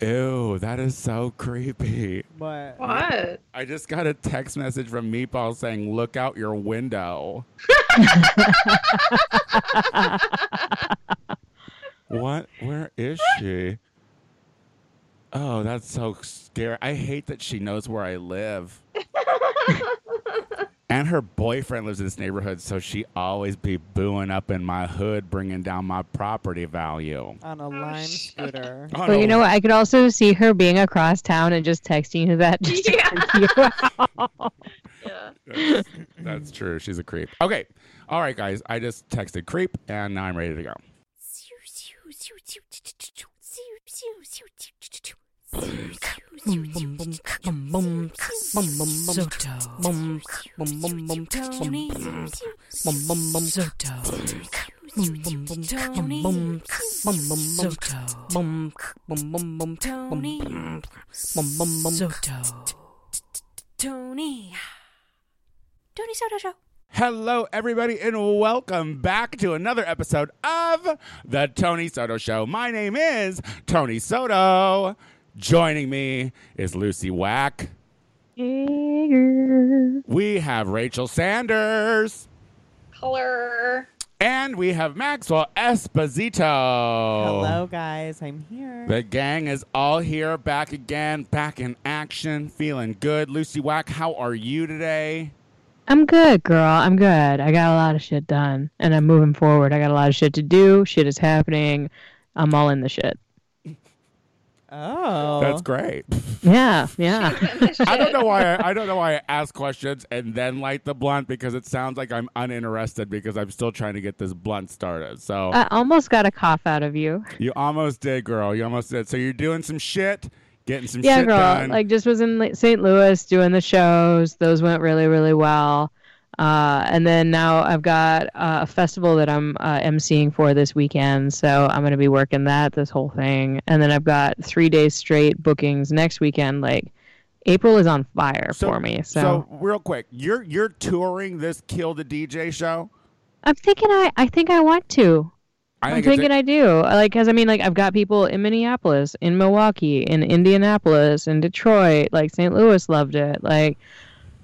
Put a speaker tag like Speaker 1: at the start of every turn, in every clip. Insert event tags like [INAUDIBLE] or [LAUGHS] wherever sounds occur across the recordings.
Speaker 1: Ew, that is so creepy.
Speaker 2: But
Speaker 3: What?
Speaker 1: I just got a text message from Meatball saying, "Look out your window." what? Where is she? Oh, that's so scary. I hate that she knows where I live. and her boyfriend lives in this neighborhood, so she always be booing up in my hood, bringing down my property value.
Speaker 2: on a lime scooter.
Speaker 1: Oh,
Speaker 4: But
Speaker 1: no.
Speaker 4: you know what? I could also see her being across town and just texting you that. [LAUGHS] Just to
Speaker 3: Yeah.
Speaker 4: freak you out.
Speaker 3: Yeah.
Speaker 1: That's, that's true. She's a creep. Okay. All right, guys. I just texted creep, and now I'm ready to go.
Speaker 5: Tony. Tony Soto Show.
Speaker 1: Hello, everybody, and welcome back to another episode of The Tony Soto Show. My name is Tony Soto. Joining me is Lucy Wack.
Speaker 4: Hey, girl.
Speaker 1: We have Rachel Sanders.
Speaker 3: Color.
Speaker 1: And we have Maxwell Esposito.
Speaker 2: Hello, guys. I'm here.
Speaker 1: The gang is all here, back again, back in action, feeling good. Lucy Wack, how are you today?
Speaker 4: [LAUGHS] I'm good, girl. I'm good. I got a lot of shit done, and I'm moving forward. I got a lot of shit to do. Shit is happening. I'm all in the shit.
Speaker 2: oh,
Speaker 1: That's great.
Speaker 4: Yeah, yeah.
Speaker 1: [LAUGHS]
Speaker 4: [LAUGHS]
Speaker 1: I don't know why I, I don't know why I ask questions and then light the blunt because it sounds like I'm uninterested because I'm still trying to get this blunt started. So
Speaker 4: I almost got a cough out of you.
Speaker 1: you almost did, girl. You almost did. So you're doing some shit, getting some
Speaker 4: yeah,
Speaker 1: shit
Speaker 4: girl.
Speaker 1: done.
Speaker 4: Like just was in like, St. Louis doing the shows. Those went really, really well. Uh, and then now I've got uh, a festival that I'm uh, emceeing for this weekend, so I'm going to be working that this whole thing. And then I've got three days straight bookings next weekend. Like April is on fire
Speaker 1: So-
Speaker 4: for me. So,
Speaker 1: so real quick, you're you're touring this Kill the DJ show.
Speaker 4: I'm thinking I, I think I want to.
Speaker 1: I
Speaker 4: I'm
Speaker 1: it's
Speaker 4: thinking I do. Like, cause I mean, like I've got people in Minneapolis, in Milwaukee, in Indianapolis, in Detroit. Like St. Louis loved it. Like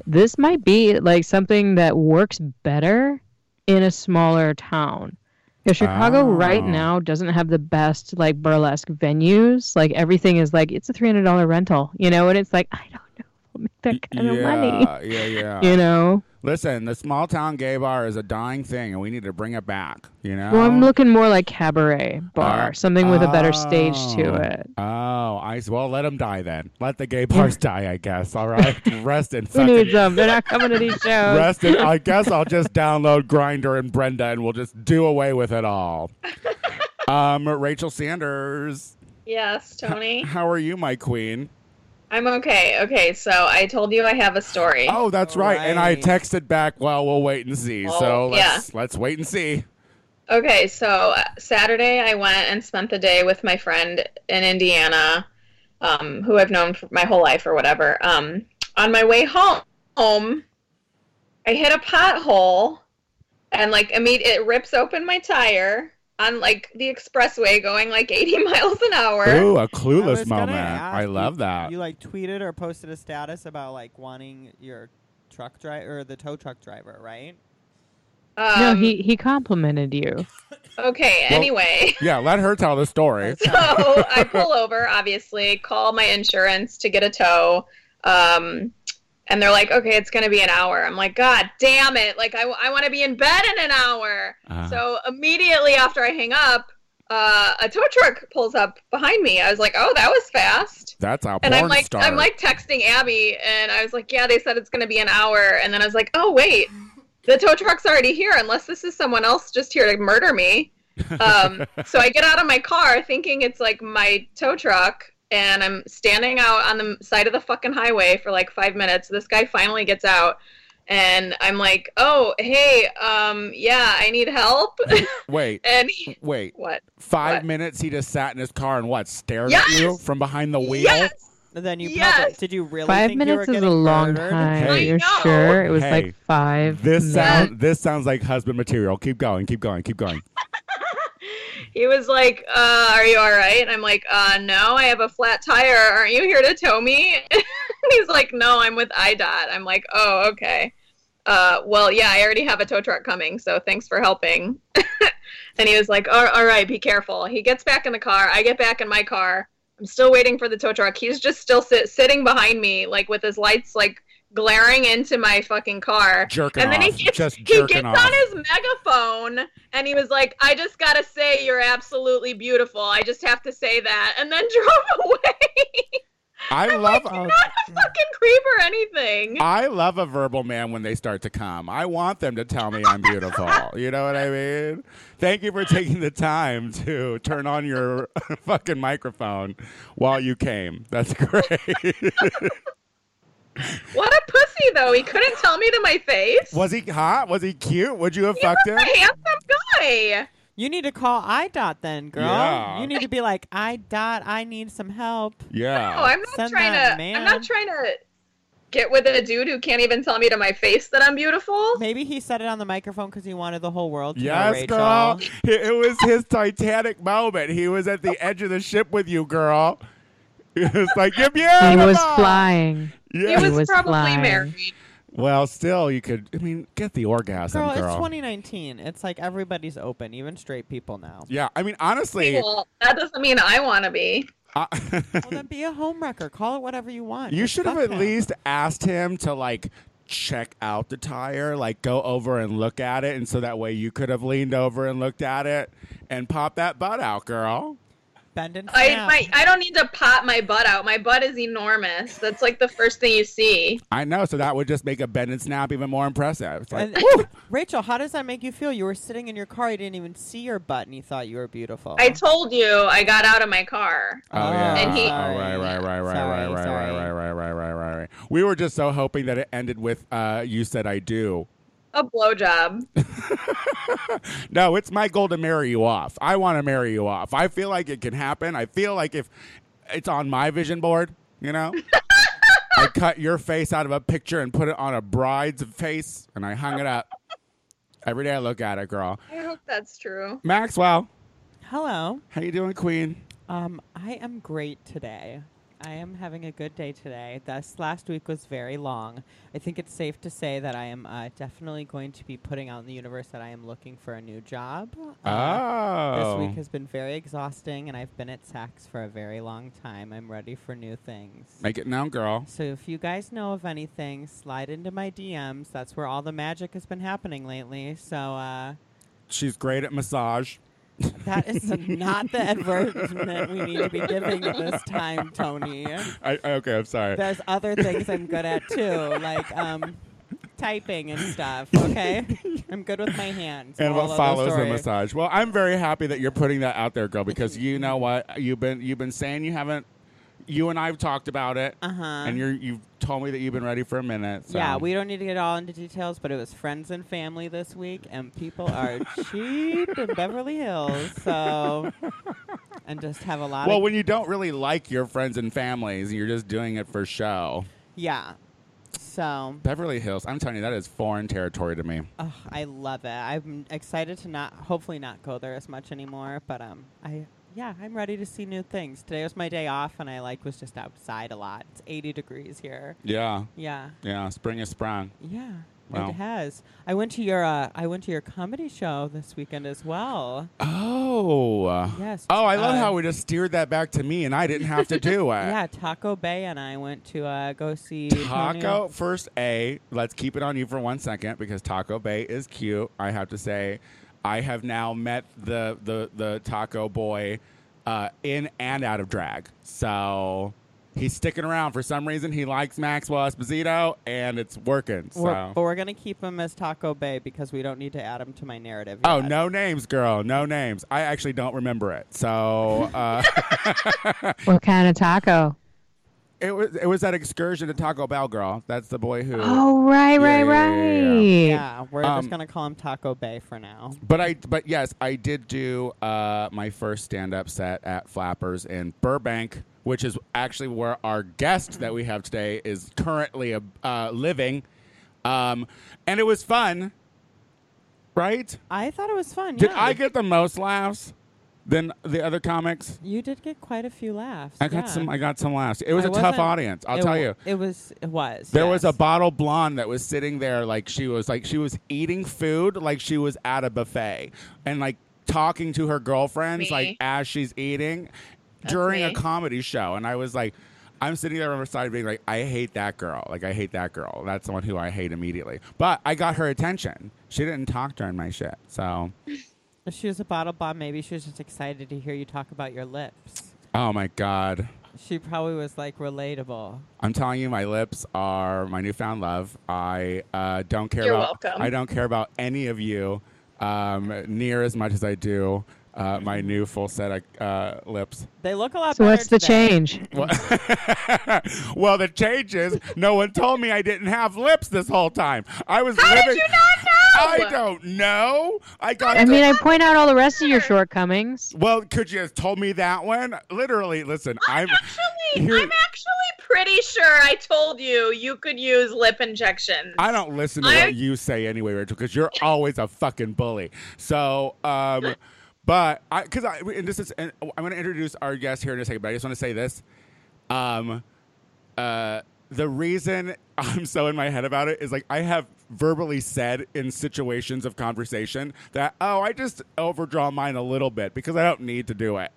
Speaker 4: this might be like something that works better in a smaller town. Because Chicago right
Speaker 1: Oh.
Speaker 4: now doesn't have the best like burlesque venues. Like everything is like it's a three hundred dollar rental, you know, and it's like I don't know if I'll make that kind of money.
Speaker 1: yeah, yeah, yeah.
Speaker 4: [LAUGHS] You know,
Speaker 1: Listen, the small town gay bar is a dying thing, and we need to bring it back. You know.
Speaker 4: well, I'm looking more like cabaret bar, something with a better stage to
Speaker 1: Uh, Oh.
Speaker 4: it.
Speaker 1: Oh, I s- well let them die then. Let the gay bars die, I guess. All
Speaker 4: [LAUGHS]
Speaker 1: right, rest in
Speaker 4: Who needs
Speaker 1: fucking [LAUGHS]
Speaker 4: them? They're not coming to these shows.
Speaker 1: rest in.
Speaker 4: [LAUGHS]
Speaker 1: I guess I'll just download Grinder and Brenda, and we'll just do away with it
Speaker 4: [LAUGHS]
Speaker 1: all. Um, Rachel Sanders,
Speaker 3: Yes, Tony.
Speaker 1: how are you, my queen?
Speaker 3: I'm okay. Okay, so I told you I have a story.
Speaker 1: Oh, that's
Speaker 2: All
Speaker 1: right. And I
Speaker 2: right.
Speaker 1: texted back. Well, we'll wait and see. so
Speaker 3: Oh, yeah.
Speaker 1: let's let's wait and see.
Speaker 3: Okay, so uh, Saturday I went and spent the day with my friend in Indiana, um, who I've known for my whole life or whatever. Um, on my way home, home, I hit a pothole, and like imme- it rips open my tire on like the expressway going like 80 [LAUGHS] miles an hour.
Speaker 1: Ooh, a
Speaker 2: I
Speaker 1: clueless
Speaker 2: was gonna
Speaker 1: moment.
Speaker 2: ask,
Speaker 1: I
Speaker 2: you-
Speaker 1: love that.
Speaker 2: You like tweeted or posted a status about like wanting your truck driver or the tow truck driver, right?
Speaker 3: Um,
Speaker 4: No, he he complimented you.
Speaker 3: Okay.
Speaker 1: Well-
Speaker 3: anyway.
Speaker 1: yeah, let her tell the story.
Speaker 2: That's
Speaker 3: [LAUGHS] So I pull over, obviously, call my insurance to get a tow. Um, and they're like, okay, it's going to be an hour. I'm like, God damn it. Like, I, I want to be in bed in an hour.
Speaker 1: Uh,
Speaker 3: So immediately after I hang up, uh, a tow truck pulls up behind me. I was like, oh, that was fast.
Speaker 1: that's how
Speaker 3: And
Speaker 1: porn
Speaker 3: I'm like,
Speaker 1: stars.
Speaker 3: I'm like texting Abby, and I was like, yeah, they said it's going to be an hour. And then I was like, oh, wait, the tow truck's already here, unless this is someone else just here to murder me. Um, so I get out of my car thinking it's like my tow truck, and I'm standing out on the side of the fucking highway for like five minutes. This guy finally gets out. And I'm like, oh, hey, um, yeah, I need help. [LAUGHS]
Speaker 1: wait,
Speaker 3: and he,
Speaker 1: wait.
Speaker 3: what?
Speaker 1: Five
Speaker 3: What?
Speaker 1: minutes he just sat in his car and what stared at
Speaker 3: Yes!
Speaker 1: you from behind the wheel.
Speaker 3: Yes!
Speaker 2: And then you probably
Speaker 3: Yes!
Speaker 2: did you really
Speaker 4: Five
Speaker 2: think you were
Speaker 4: minutes is a
Speaker 2: getting
Speaker 4: long
Speaker 2: murdered?
Speaker 4: time.
Speaker 1: Hey.
Speaker 4: You're
Speaker 3: I know.
Speaker 4: sure it was
Speaker 1: Hey.
Speaker 4: like five.
Speaker 1: This
Speaker 4: minutes?
Speaker 1: sound this sounds like husband material. Keep going, keep going, keep going.
Speaker 3: He was like, uh, "Are you all right?" And I'm like, uh, "No, I have a flat tire. Aren't you here to tow me?" [LAUGHS] And He's like, "No, I'm with IDOT." I'm like, "Oh, okay. Uh, well, yeah, I already have a tow truck coming, so thanks for helping." [LAUGHS] and he was like, all, "All right, be careful." He gets back in the car. I get back in my car. I'm still waiting for the tow truck. He's just still sit- sitting behind me, like with his lights like glaring into my fucking car.
Speaker 1: jerking
Speaker 3: And then he
Speaker 1: off,
Speaker 3: gets,
Speaker 1: just
Speaker 3: he
Speaker 1: jerking
Speaker 3: gets
Speaker 1: off.
Speaker 3: on his megaphone and he was like, I just gotta say you're absolutely beautiful. I just have to say that. And then [LAUGHS] drove away.
Speaker 1: I love
Speaker 2: Oh, Uh,
Speaker 3: Fucking creep or anything.
Speaker 1: I love a verbal man when they start to come. I want them to tell me I'm beautiful. You know what I mean? Thank you for taking the time to turn on your [LAUGHS] fucking microphone while you came. That's [LAUGHS] great.
Speaker 3: What a pussy though. He couldn't tell me to my face.
Speaker 1: Was he hot? Was he cute? Would you have
Speaker 3: He was
Speaker 1: fucked him?
Speaker 3: a handsome guy.
Speaker 2: you need to call IDOT then, girl.
Speaker 1: Yeah.
Speaker 2: You need to be like IDOT. I need some help.
Speaker 1: Yeah.
Speaker 2: [LAUGHS]
Speaker 3: No, Oh, I'm not
Speaker 2: Oh, Send
Speaker 3: trying
Speaker 2: that
Speaker 3: to
Speaker 2: man.
Speaker 3: I'm not trying to get with a dude who can't even tell me to my face that I'm beautiful.
Speaker 2: Maybe he said it on the microphone because he wanted the whole world to know
Speaker 1: Yes,
Speaker 2: Rachel.
Speaker 1: girl. It it was his Titanic moment. He was at
Speaker 2: [LAUGHS]
Speaker 1: the edge of the ship with you, girl. [LAUGHS] It was like you're beautiful.
Speaker 4: He was flying.
Speaker 3: He
Speaker 1: Yeah.
Speaker 3: was,
Speaker 4: was
Speaker 3: probably
Speaker 4: flying.
Speaker 3: married.
Speaker 1: Well, still, you could. I mean, get the orgasm,
Speaker 2: Girl,
Speaker 1: girl.
Speaker 2: it's 2019. It's like everybody's open, even straight people now.
Speaker 1: yeah, I mean, honestly,
Speaker 3: Well, that doesn't mean I wanna be.
Speaker 1: I- [LAUGHS]
Speaker 2: Well, then be a homewrecker. Call it whatever you want.
Speaker 1: you
Speaker 2: Just
Speaker 1: should have
Speaker 2: fuck
Speaker 1: at
Speaker 2: him.
Speaker 1: least asked him to like check out the tire, like go over and look at it, and so that way you could have leaned over and looked at it and pop that butt out, girl.
Speaker 2: bend and
Speaker 3: I
Speaker 2: snap.
Speaker 3: my, I don't need to pop my butt out. My butt is enormous. That's like the first thing you see.
Speaker 1: I know, so that would just make a bend and snap even more impressive. It's like,
Speaker 2: And- Rachel, how does that make you feel? You were sitting in your car, you didn't even see your butt, and you thought you were beautiful.
Speaker 3: I told you I got out of my car.
Speaker 1: Oh, yeah.
Speaker 3: And he-
Speaker 1: oh, right, right, right, right,
Speaker 2: Sorry,
Speaker 1: right, right,
Speaker 2: sorry.
Speaker 1: right, right, right, right, right, right. We were just so hoping that it ended with uh, "You said I do."
Speaker 3: A blowjob.
Speaker 1: No, it's my goal to marry you off. I want to marry you off. I feel like it can happen. I feel like if it's on my vision board, you know, I cut your face out of a picture and put it on a bride's face, and I hung it up. Every day I look at it, girl.
Speaker 3: I hope that's true.
Speaker 1: Maxwell,
Speaker 2: Hello.
Speaker 1: how you doing, Queen?
Speaker 2: Um, I am great today. I am having a good day today. This last week was very long. I think it's safe to say that I am uh, definitely going to be putting out in the universe that I am looking for a new job. Uh,
Speaker 1: oh,
Speaker 2: This week has been very exhausting, and I've been at Saks for a very long time. I'm ready for new things.
Speaker 1: make it known, girl.
Speaker 2: So if you guys know of anything, slide into my DMs. That's where all the magic has been happening lately. So uh,
Speaker 1: She's great at massage.
Speaker 2: that is [LAUGHS] not the advertisement we need to be giving at this time, Tony.
Speaker 1: I, I- okay, I'm sorry.
Speaker 2: There's other things I'm good at too, like um, typing and stuff. Okay, I'm good with my hands.
Speaker 1: and
Speaker 2: Moral
Speaker 1: what
Speaker 2: of
Speaker 1: follows the
Speaker 2: story.
Speaker 1: massage. Well, I'm very happy that you're putting that out there, girl, because you know what you've been you've been saying you haven't. You and I have talked about it,
Speaker 2: Uh-huh.
Speaker 1: and you're you've told me that you've been ready for a minute. So.
Speaker 2: Yeah, we don't need to get all into details, but it was friends and family this week, and people
Speaker 1: [LAUGHS]
Speaker 2: are cheap in Beverly Hills, so and just have a lot.
Speaker 1: Well,
Speaker 2: of,
Speaker 1: when you don't really like your friends and families, you're just doing it for show.
Speaker 2: yeah. So
Speaker 1: Beverly Hills, I'm telling you, that is foreign territory to me.
Speaker 2: ugh, I love it. I'm excited to not, hopefully, not go there as much anymore. But um, I yeah, I'm ready to see new things. Today was my day off, and I like was just outside a lot. It's 80 degrees here.
Speaker 1: Yeah,
Speaker 2: Yeah.
Speaker 1: yeah. Spring is sprung.
Speaker 2: Yeah,
Speaker 1: Wow.
Speaker 2: it has. I went to your uh, I went to your comedy show this weekend as well.
Speaker 1: Oh.
Speaker 2: Yes.
Speaker 1: Oh, I love
Speaker 2: uh,
Speaker 1: how we just steered that back to me, and I didn't have to
Speaker 2: [LAUGHS]
Speaker 1: do it.
Speaker 2: Yeah, Taco Bay and I went to uh, go see
Speaker 1: Taco
Speaker 2: Antonio-
Speaker 1: first A. Let's keep it on you for one second because Taco Bay is cute. I have to say, I have now met the the the Taco Boy uh, in and out of drag. So he's sticking around for some reason. He likes Maxwell Esposito, and it's working. So.
Speaker 2: We're, but we're gonna keep him as Taco Bay because we don't need to add him to my narrative.
Speaker 1: Oh,
Speaker 2: yet.
Speaker 1: no names, girl. No names. I actually don't remember it. So uh, [LAUGHS]
Speaker 4: What kind of taco?
Speaker 1: it was it was that excursion to Taco Bell, girl. That's the boy who.
Speaker 4: Oh, right,
Speaker 1: Yeah,
Speaker 4: right,
Speaker 1: yeah, yeah,
Speaker 4: right.
Speaker 2: Yeah, we're
Speaker 1: Um,
Speaker 2: just gonna call him Taco Bay for now.
Speaker 1: But I, but yes, I did do uh, my first stand-up set at Flappers in Burbank, which is actually where our guest that we have today is currently uh, uh, living, um, and it was fun, right?
Speaker 2: I thought it was fun.
Speaker 1: Did
Speaker 2: yeah.
Speaker 1: I get the most laughs? than the other comics.
Speaker 2: You did get quite a few laughs.
Speaker 1: I got
Speaker 2: yeah.
Speaker 1: some. I got some laughs. It was
Speaker 2: I
Speaker 1: a tough
Speaker 2: wasn't-
Speaker 1: audience. I'll
Speaker 2: it
Speaker 1: tell
Speaker 2: wa-
Speaker 1: you.
Speaker 2: It was. It was.
Speaker 1: There was a
Speaker 2: yes.
Speaker 1: bottle blonde that was sitting there, like she was like she was eating food, like she was at a buffet, and like talking to her girlfriends,
Speaker 3: Me.
Speaker 1: like as she's eating, during a
Speaker 3: me.
Speaker 1: comedy show. And I was like, I'm sitting there on her side, being like, I hate that girl. Like I hate that girl. That's the one who I hate immediately. But I got her attention. She didn't talk during my shit, so
Speaker 2: If she was a bottle bomb, maybe she was just excited to hear you talk about your lips.
Speaker 1: oh my god.
Speaker 2: She probably was like relatable.
Speaker 1: I'm telling you, my lips are my newfound love. I uh, don't care
Speaker 3: You're
Speaker 1: about.
Speaker 3: welcome.
Speaker 1: I don't care about any of you um, near as much as I do uh, my new full set of uh, lips.
Speaker 2: They look a lot.
Speaker 4: So
Speaker 2: better
Speaker 4: what's the
Speaker 2: today.
Speaker 4: change?
Speaker 1: Well, well, the change is no one told me I didn't have lips this whole time. I was.
Speaker 3: How
Speaker 1: living,
Speaker 3: did you not know?
Speaker 1: I don't know. I got.
Speaker 4: I
Speaker 1: the-
Speaker 4: mean, I point out all the rest of your shortcomings.
Speaker 1: well, could you have told me that one? Literally, listen. I'm.
Speaker 3: actually,
Speaker 1: Here-
Speaker 3: I'm actually pretty sure I told you you could use lip injections.
Speaker 1: I don't listen to
Speaker 3: I-
Speaker 1: what you say anyway, Rachel, because you're always a fucking bully. So, um, but I, because I, and this is, and I'm going to introduce our guest here in a second, but I just want to say this. Um, uh, the reason [LAUGHS] I'm so in my head about it is like I have verbally said in situations of conversation that, oh, I just overdraw mine a little bit because I don't need to do it.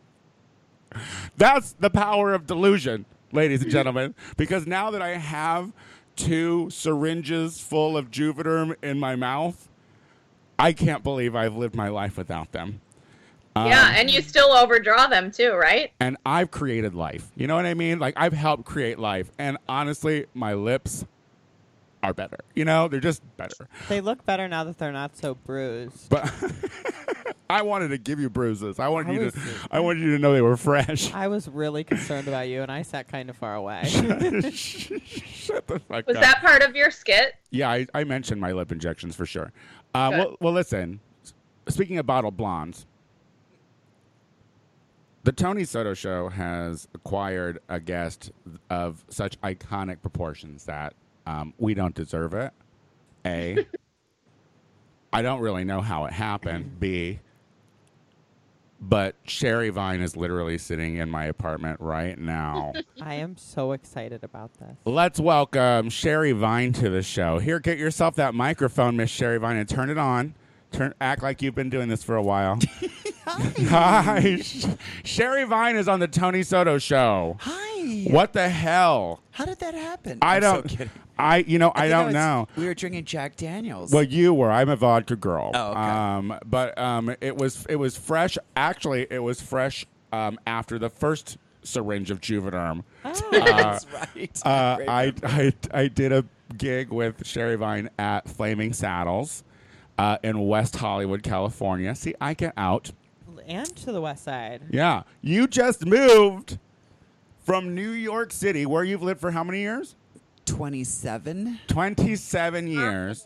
Speaker 1: That's the power of delusion, ladies and gentlemen, because now that I have two syringes full of Juvederm in my mouth, I can't believe I've lived my life without them. Um,
Speaker 3: yeah, and you still overdraw them too, right?
Speaker 1: and I've created life. You know what I mean? Like I've helped create life, and honestly, my lips are better. You know, they're just better.
Speaker 2: They look better now that they're not so bruised.
Speaker 1: But [LAUGHS] I wanted to give you bruises. I wanted
Speaker 2: I
Speaker 1: you
Speaker 2: was-
Speaker 1: to. I wanted you to know they were
Speaker 2: [LAUGHS]
Speaker 1: fresh. [LAUGHS]
Speaker 2: I was really concerned about you, and I sat kind of far away.
Speaker 1: Shut the fuck
Speaker 3: Was
Speaker 1: up.
Speaker 3: that part of your skit?
Speaker 1: Yeah, I, I mentioned my lip injections for sure. Uh,
Speaker 3: Good.
Speaker 1: well, well, listen. s- Speaking of bottle blondes, the Tony Soto Show has acquired a guest of such iconic proportions that um, we don't deserve it. A. I don't really know how it happened. B. But Sherry Vine is literally sitting in my apartment right now.
Speaker 2: I am so excited about this.
Speaker 1: Let's welcome Sherry Vine to the show. Here, get yourself that microphone, Miss Sherry Vine, and turn it on. Turn, act like you've been doing this for a
Speaker 6: [LAUGHS]
Speaker 1: while. Hi, Sh- Sherry Vine is on the Tony Soto show.
Speaker 6: Hi.
Speaker 1: What the hell?
Speaker 6: How did that happen?
Speaker 1: I
Speaker 6: I'm so
Speaker 1: don't.
Speaker 6: kidding.
Speaker 1: I you know I,
Speaker 6: think
Speaker 1: don't
Speaker 6: was-
Speaker 1: know.
Speaker 6: We were drinking Jack Daniels. [LAUGHS]
Speaker 1: Well, you were. I'm a vodka girl.
Speaker 6: Oh, okay.
Speaker 1: Um, but um, it was it was fresh. Actually, it was fresh um, after the first syringe of Juvederm.
Speaker 6: that's right.
Speaker 1: Uh, I,
Speaker 6: Remember.
Speaker 1: I I did a gig with Sherry Vine at Flaming Saddles uh, in West Hollywood, California. See, I get out.
Speaker 2: And to the west side.
Speaker 1: Yeah, you just moved from New York City, where you've lived for how many years?
Speaker 6: 27.
Speaker 1: Twenty-seven years,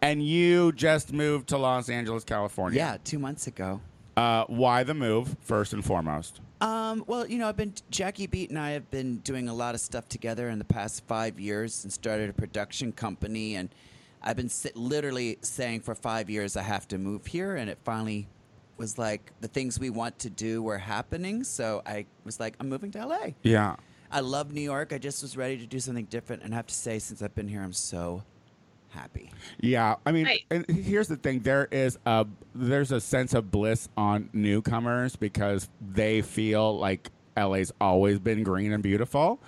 Speaker 1: and you just moved to Los Angeles, California.
Speaker 6: Yeah, two months ago.
Speaker 1: Uh, why the move? First and foremost.
Speaker 6: Um, well, you know, I've been Jackie Beat and I have been doing a lot of stuff together in the past five years, and started a production company. And I've been sit- literally saying for five years I have to move here, and it finally was like the things we want to do were happening. So I was like, I'm moving to LA.
Speaker 1: Yeah.
Speaker 6: I love New York. I just was ready to do something different, and I have to say, since I've been here, I'm so happy.
Speaker 1: Yeah, I mean,
Speaker 3: Right.
Speaker 1: and here's the thing: there is a there's a sense of bliss on newcomers because they feel like LA's always been green and beautiful,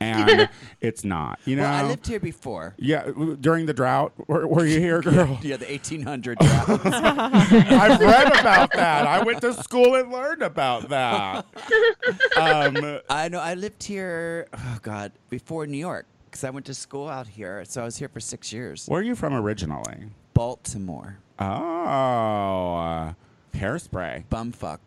Speaker 1: and it's not. You know,
Speaker 6: Well, I lived here before.
Speaker 1: yeah. w- During the drought, were, were you here, girl? [LAUGHS]
Speaker 6: Yeah, the 1800 draft.
Speaker 1: I've read about that. I went to school and learned about
Speaker 6: [LAUGHS]
Speaker 1: that. Um,
Speaker 6: I know. I lived here. Oh God, before New York, because I went to school out here, so I was here for six years.
Speaker 1: where are you from originally?
Speaker 6: Baltimore,
Speaker 1: Oh, uh, hairspray.
Speaker 6: bumfuck.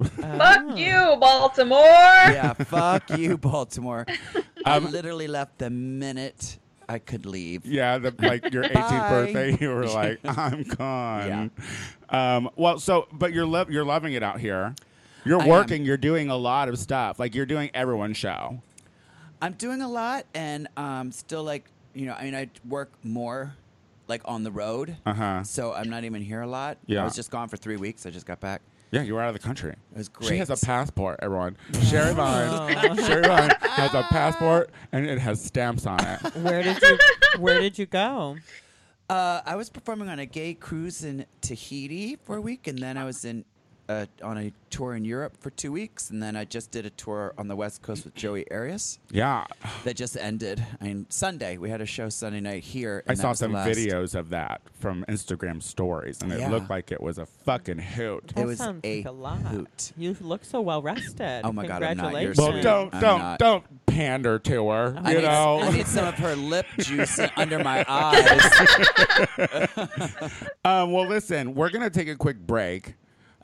Speaker 1: Uh,
Speaker 3: Fuck you, Baltimore.
Speaker 6: Yeah, fuck you, [LAUGHS] Baltimore.
Speaker 1: Um,
Speaker 6: I literally left the minute I could leave.
Speaker 1: Yeah, the, like your 18th
Speaker 6: [LAUGHS] Bye.
Speaker 1: birthday, you
Speaker 6: [LAUGHS]
Speaker 1: were like, "I'm gone." Um, well, so but you're lo- you're loving it out here. You're
Speaker 6: I
Speaker 1: working. You're doing a lot of stuff. Like you're doing everyone's show.
Speaker 6: I'm doing a lot, and um, still like you know, I mean, I work more like on the road,
Speaker 1: Uh-huh.
Speaker 6: so I'm not even here a lot.
Speaker 1: Yeah.
Speaker 6: I was just gone for three weeks. I just got back.
Speaker 1: Yeah, you were out of the country.
Speaker 6: It was
Speaker 1: She has a
Speaker 6: great. Oh.
Speaker 1: passport, everyone. Sherry
Speaker 6: [LAUGHS]
Speaker 1: Vine. Sherry Vine has a passport and it has stamps on
Speaker 6: [LAUGHS]
Speaker 1: it.
Speaker 2: Where did you Where did you go?
Speaker 6: Uh, I was performing on a gay cruise in Tahiti for a week, and then I was in uh, on a tour in Europe for two weeks, and then I just did a tour on the West Coast with Joey Arias
Speaker 1: Yeah.
Speaker 6: that just ended. I mean, Sunday we had a show Sunday night here.
Speaker 1: I
Speaker 6: and that
Speaker 1: saw
Speaker 6: was the
Speaker 1: some
Speaker 6: last.
Speaker 1: videos of that from Instagram stories and it
Speaker 6: Yeah.
Speaker 1: looked like it was a fucking hoot.
Speaker 2: That
Speaker 6: was
Speaker 2: sounds
Speaker 6: a
Speaker 2: like a lot.
Speaker 6: hoot.
Speaker 2: You look so well rested.
Speaker 6: Oh my God, I'm not. You're
Speaker 2: Congratulations.
Speaker 1: Well,
Speaker 6: sweet.
Speaker 1: don't
Speaker 6: I'm
Speaker 1: don't
Speaker 6: not.
Speaker 1: don't pander to her.
Speaker 6: I
Speaker 1: you
Speaker 6: need,
Speaker 1: know,
Speaker 6: I need some of her lip
Speaker 1: [LAUGHS]
Speaker 6: juice under my eyes.
Speaker 1: Um, well, listen, we're gonna take a quick break,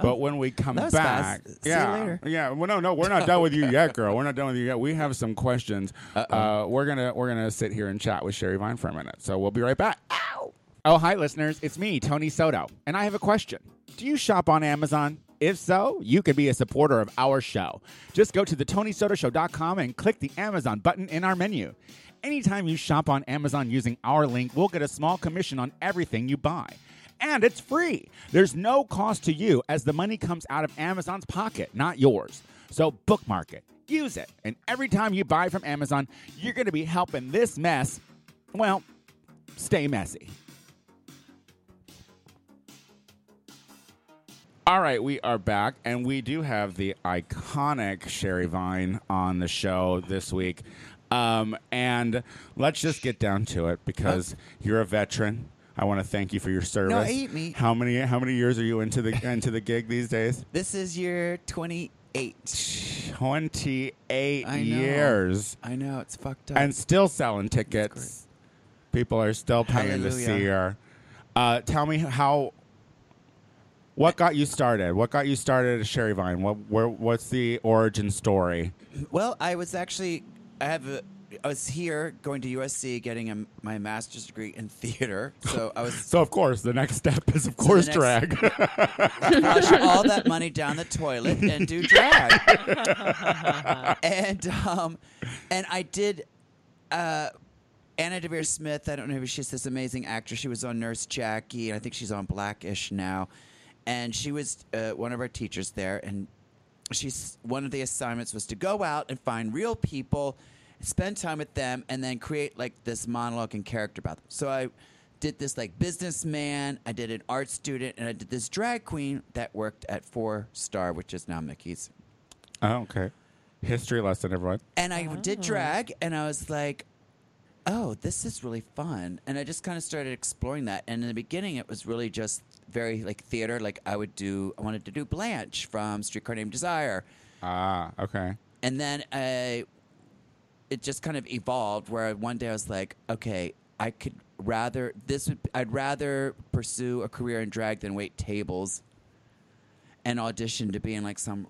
Speaker 1: but when we come
Speaker 6: That was
Speaker 1: back,
Speaker 6: Oh, fast. See you
Speaker 1: yeah,
Speaker 6: later.
Speaker 1: yeah, well, no, no, we're not done with you yet, girl. We're not done with you yet. We have some questions. Uh, we're gonna we're gonna sit here and chat with Sherry Vine for a minute. So we'll be right back. Oh, hi, listeners. It's me, Tony Soto, and I have a question. Do you shop on Amazon? If so, you can be a supporter of our show. Just go to thetonysoto.com and click the Amazon button in our menu. Anytime you shop on Amazon using our link, we'll get a small commission on everything you buy. And it's free. There's no cost to you as the money comes out of Amazon's pocket, not yours. So bookmark it, use it, and every time you buy from Amazon, you're going to be helping this mess, well, stay messy. All right, we are back, and we do have the iconic Sherry Vine on the show this week. Um, and let's just get down to it because you're a veteran. I want to thank you for your service.
Speaker 6: eat me.
Speaker 1: How many how many years are you into the into the gig these days?
Speaker 6: this is year 28.
Speaker 1: Twenty eight
Speaker 6: I know.
Speaker 1: years,
Speaker 6: I know it's fucked up.
Speaker 1: and still selling tickets. People are still paying to see her. Uh, tell me how. What got you started? What got you started at Sherry Vine? What where, what's the origin story?
Speaker 6: Well, I was actually I have a I was here going to USC getting a, my master's degree in theater. So I was
Speaker 1: [LAUGHS] So of course, the next [LAUGHS] step is of course
Speaker 6: next- [LAUGHS]
Speaker 1: drag. [LAUGHS]
Speaker 6: flush all that money down the toilet and
Speaker 1: [LAUGHS]
Speaker 6: do drag. and um, and I did. Uh, Anna Devere Smith. I don't know. if She's this amazing actress. She was on Nurse Jackie, and I think she's on Blackish now. And she was uh, one of our teachers there, and she's one of the assignments was to go out and find real people, spend time with them, and then create like this monologue and character about them. So I did this like businessman, I did an art student, and I did this drag queen that worked at Four Star, which is now Mickey's.
Speaker 1: oh, okay, history lesson, everyone.
Speaker 6: And I did drag, and I was like, oh, this is really fun. And I just kind of started exploring that. And in the beginning, it was really just very like theater. Like I would do, I wanted to do Blanche from Streetcar Named Desire.
Speaker 1: Ah, okay.
Speaker 6: and then I, it just kind of evolved where one day I was like, okay, I could rather this would I'd rather pursue a career in drag than wait tables and audition to be in like some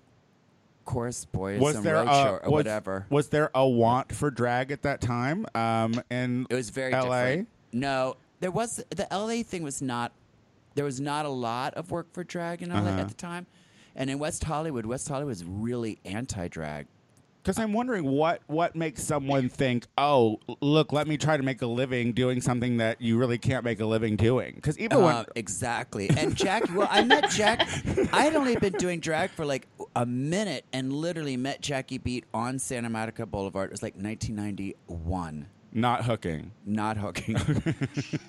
Speaker 6: chorus boy or
Speaker 1: Was
Speaker 6: some
Speaker 1: there
Speaker 6: road show
Speaker 1: a was,
Speaker 6: or whatever.
Speaker 1: was there a want for drag at that time? Um, in
Speaker 6: it was very
Speaker 1: L.A.
Speaker 6: different. No, there was the LA thing was not there was not a lot of work for drag in LA
Speaker 1: Uh-huh.
Speaker 6: at the time. And in West Hollywood, West Hollywood was really anti-drag.
Speaker 1: Because I'm wondering what what makes someone think, oh, look, let me try to make a living doing something that you really can't make a living doing. Because even
Speaker 6: Uh, exactly. And Jack, well, I met Jack. I had only been doing drag for like a minute and literally met Jackie Beat on Santa Monica Boulevard. It was like 1991,
Speaker 1: when not hooking,
Speaker 6: not hooking.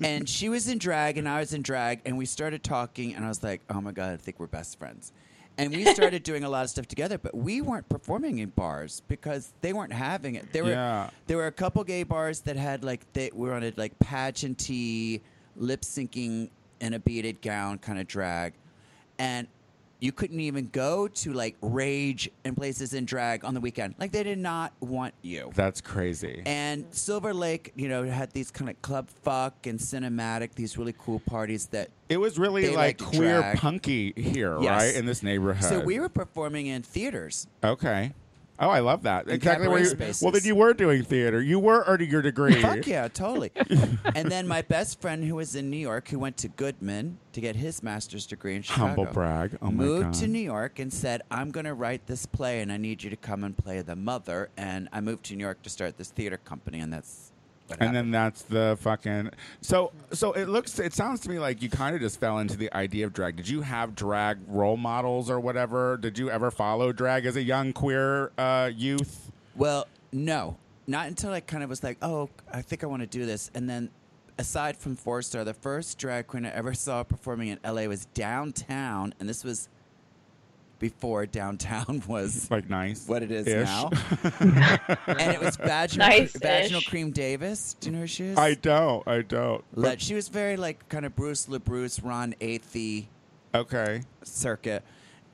Speaker 6: and she was in drag and I was in drag. And we started talking and I was like, oh my God, I think we're best friends. And we started doing a lot of stuff together, but we weren't performing in bars because they weren't having it. There were
Speaker 1: Yeah.
Speaker 6: there were a couple gay bars that had like they were on a like pageanty, lip syncing in a beaded gown kind of drag, and you couldn't even go to like rage and places in drag on the weekend. Like they did not want you.
Speaker 1: that's crazy.
Speaker 6: And Silver Lake, you know, had these kind of club fuck and cinematic, these really cool parties that
Speaker 1: it was really
Speaker 6: they
Speaker 1: like
Speaker 6: like
Speaker 1: queer
Speaker 6: drag.
Speaker 1: punky here,
Speaker 6: Yes.
Speaker 1: right, in this neighborhood.
Speaker 6: So we were performing in theaters.
Speaker 1: okay. Oh, I love that. Exactly where
Speaker 6: cabaret
Speaker 1: you.
Speaker 6: spaces.
Speaker 1: Well, then you were doing theater. You were earning your degree.
Speaker 6: Fuck yeah, totally.
Speaker 1: [LAUGHS]
Speaker 6: and then my best friend who was in New York, who went to Goodman to get his master's degree in Chicago.
Speaker 1: Humble brag. Oh my
Speaker 6: moved
Speaker 1: god.
Speaker 6: to New York and said, I'm going to write this play and I need you to come and play the mother. And I moved to New York to start this theater company, and that's what
Speaker 1: And
Speaker 6: happened.
Speaker 1: then that's the fucking. So so it looks. It sounds to me like you kind of just fell into the idea of drag. Did you have drag role models or whatever? Did you ever follow drag as a young queer uh, youth?
Speaker 6: Well, no, not until I kind of was like, oh, I think I want to do this. And then, aside from Four Star, the first drag queen I ever [LAUGHS] saw performing in LA was downtown, and this was before downtown [LAUGHS] was
Speaker 1: Like nice.
Speaker 6: what it is
Speaker 1: Ish. [LAUGHS]
Speaker 6: now. and it was vaginal,
Speaker 3: Nice-ish.
Speaker 6: vaginal cream Davis. Do you know who she is?
Speaker 1: I don't. I don't.
Speaker 6: Let, she was very like kind of Bruce LeBruce, Ron Athey
Speaker 1: Okay.
Speaker 6: circuit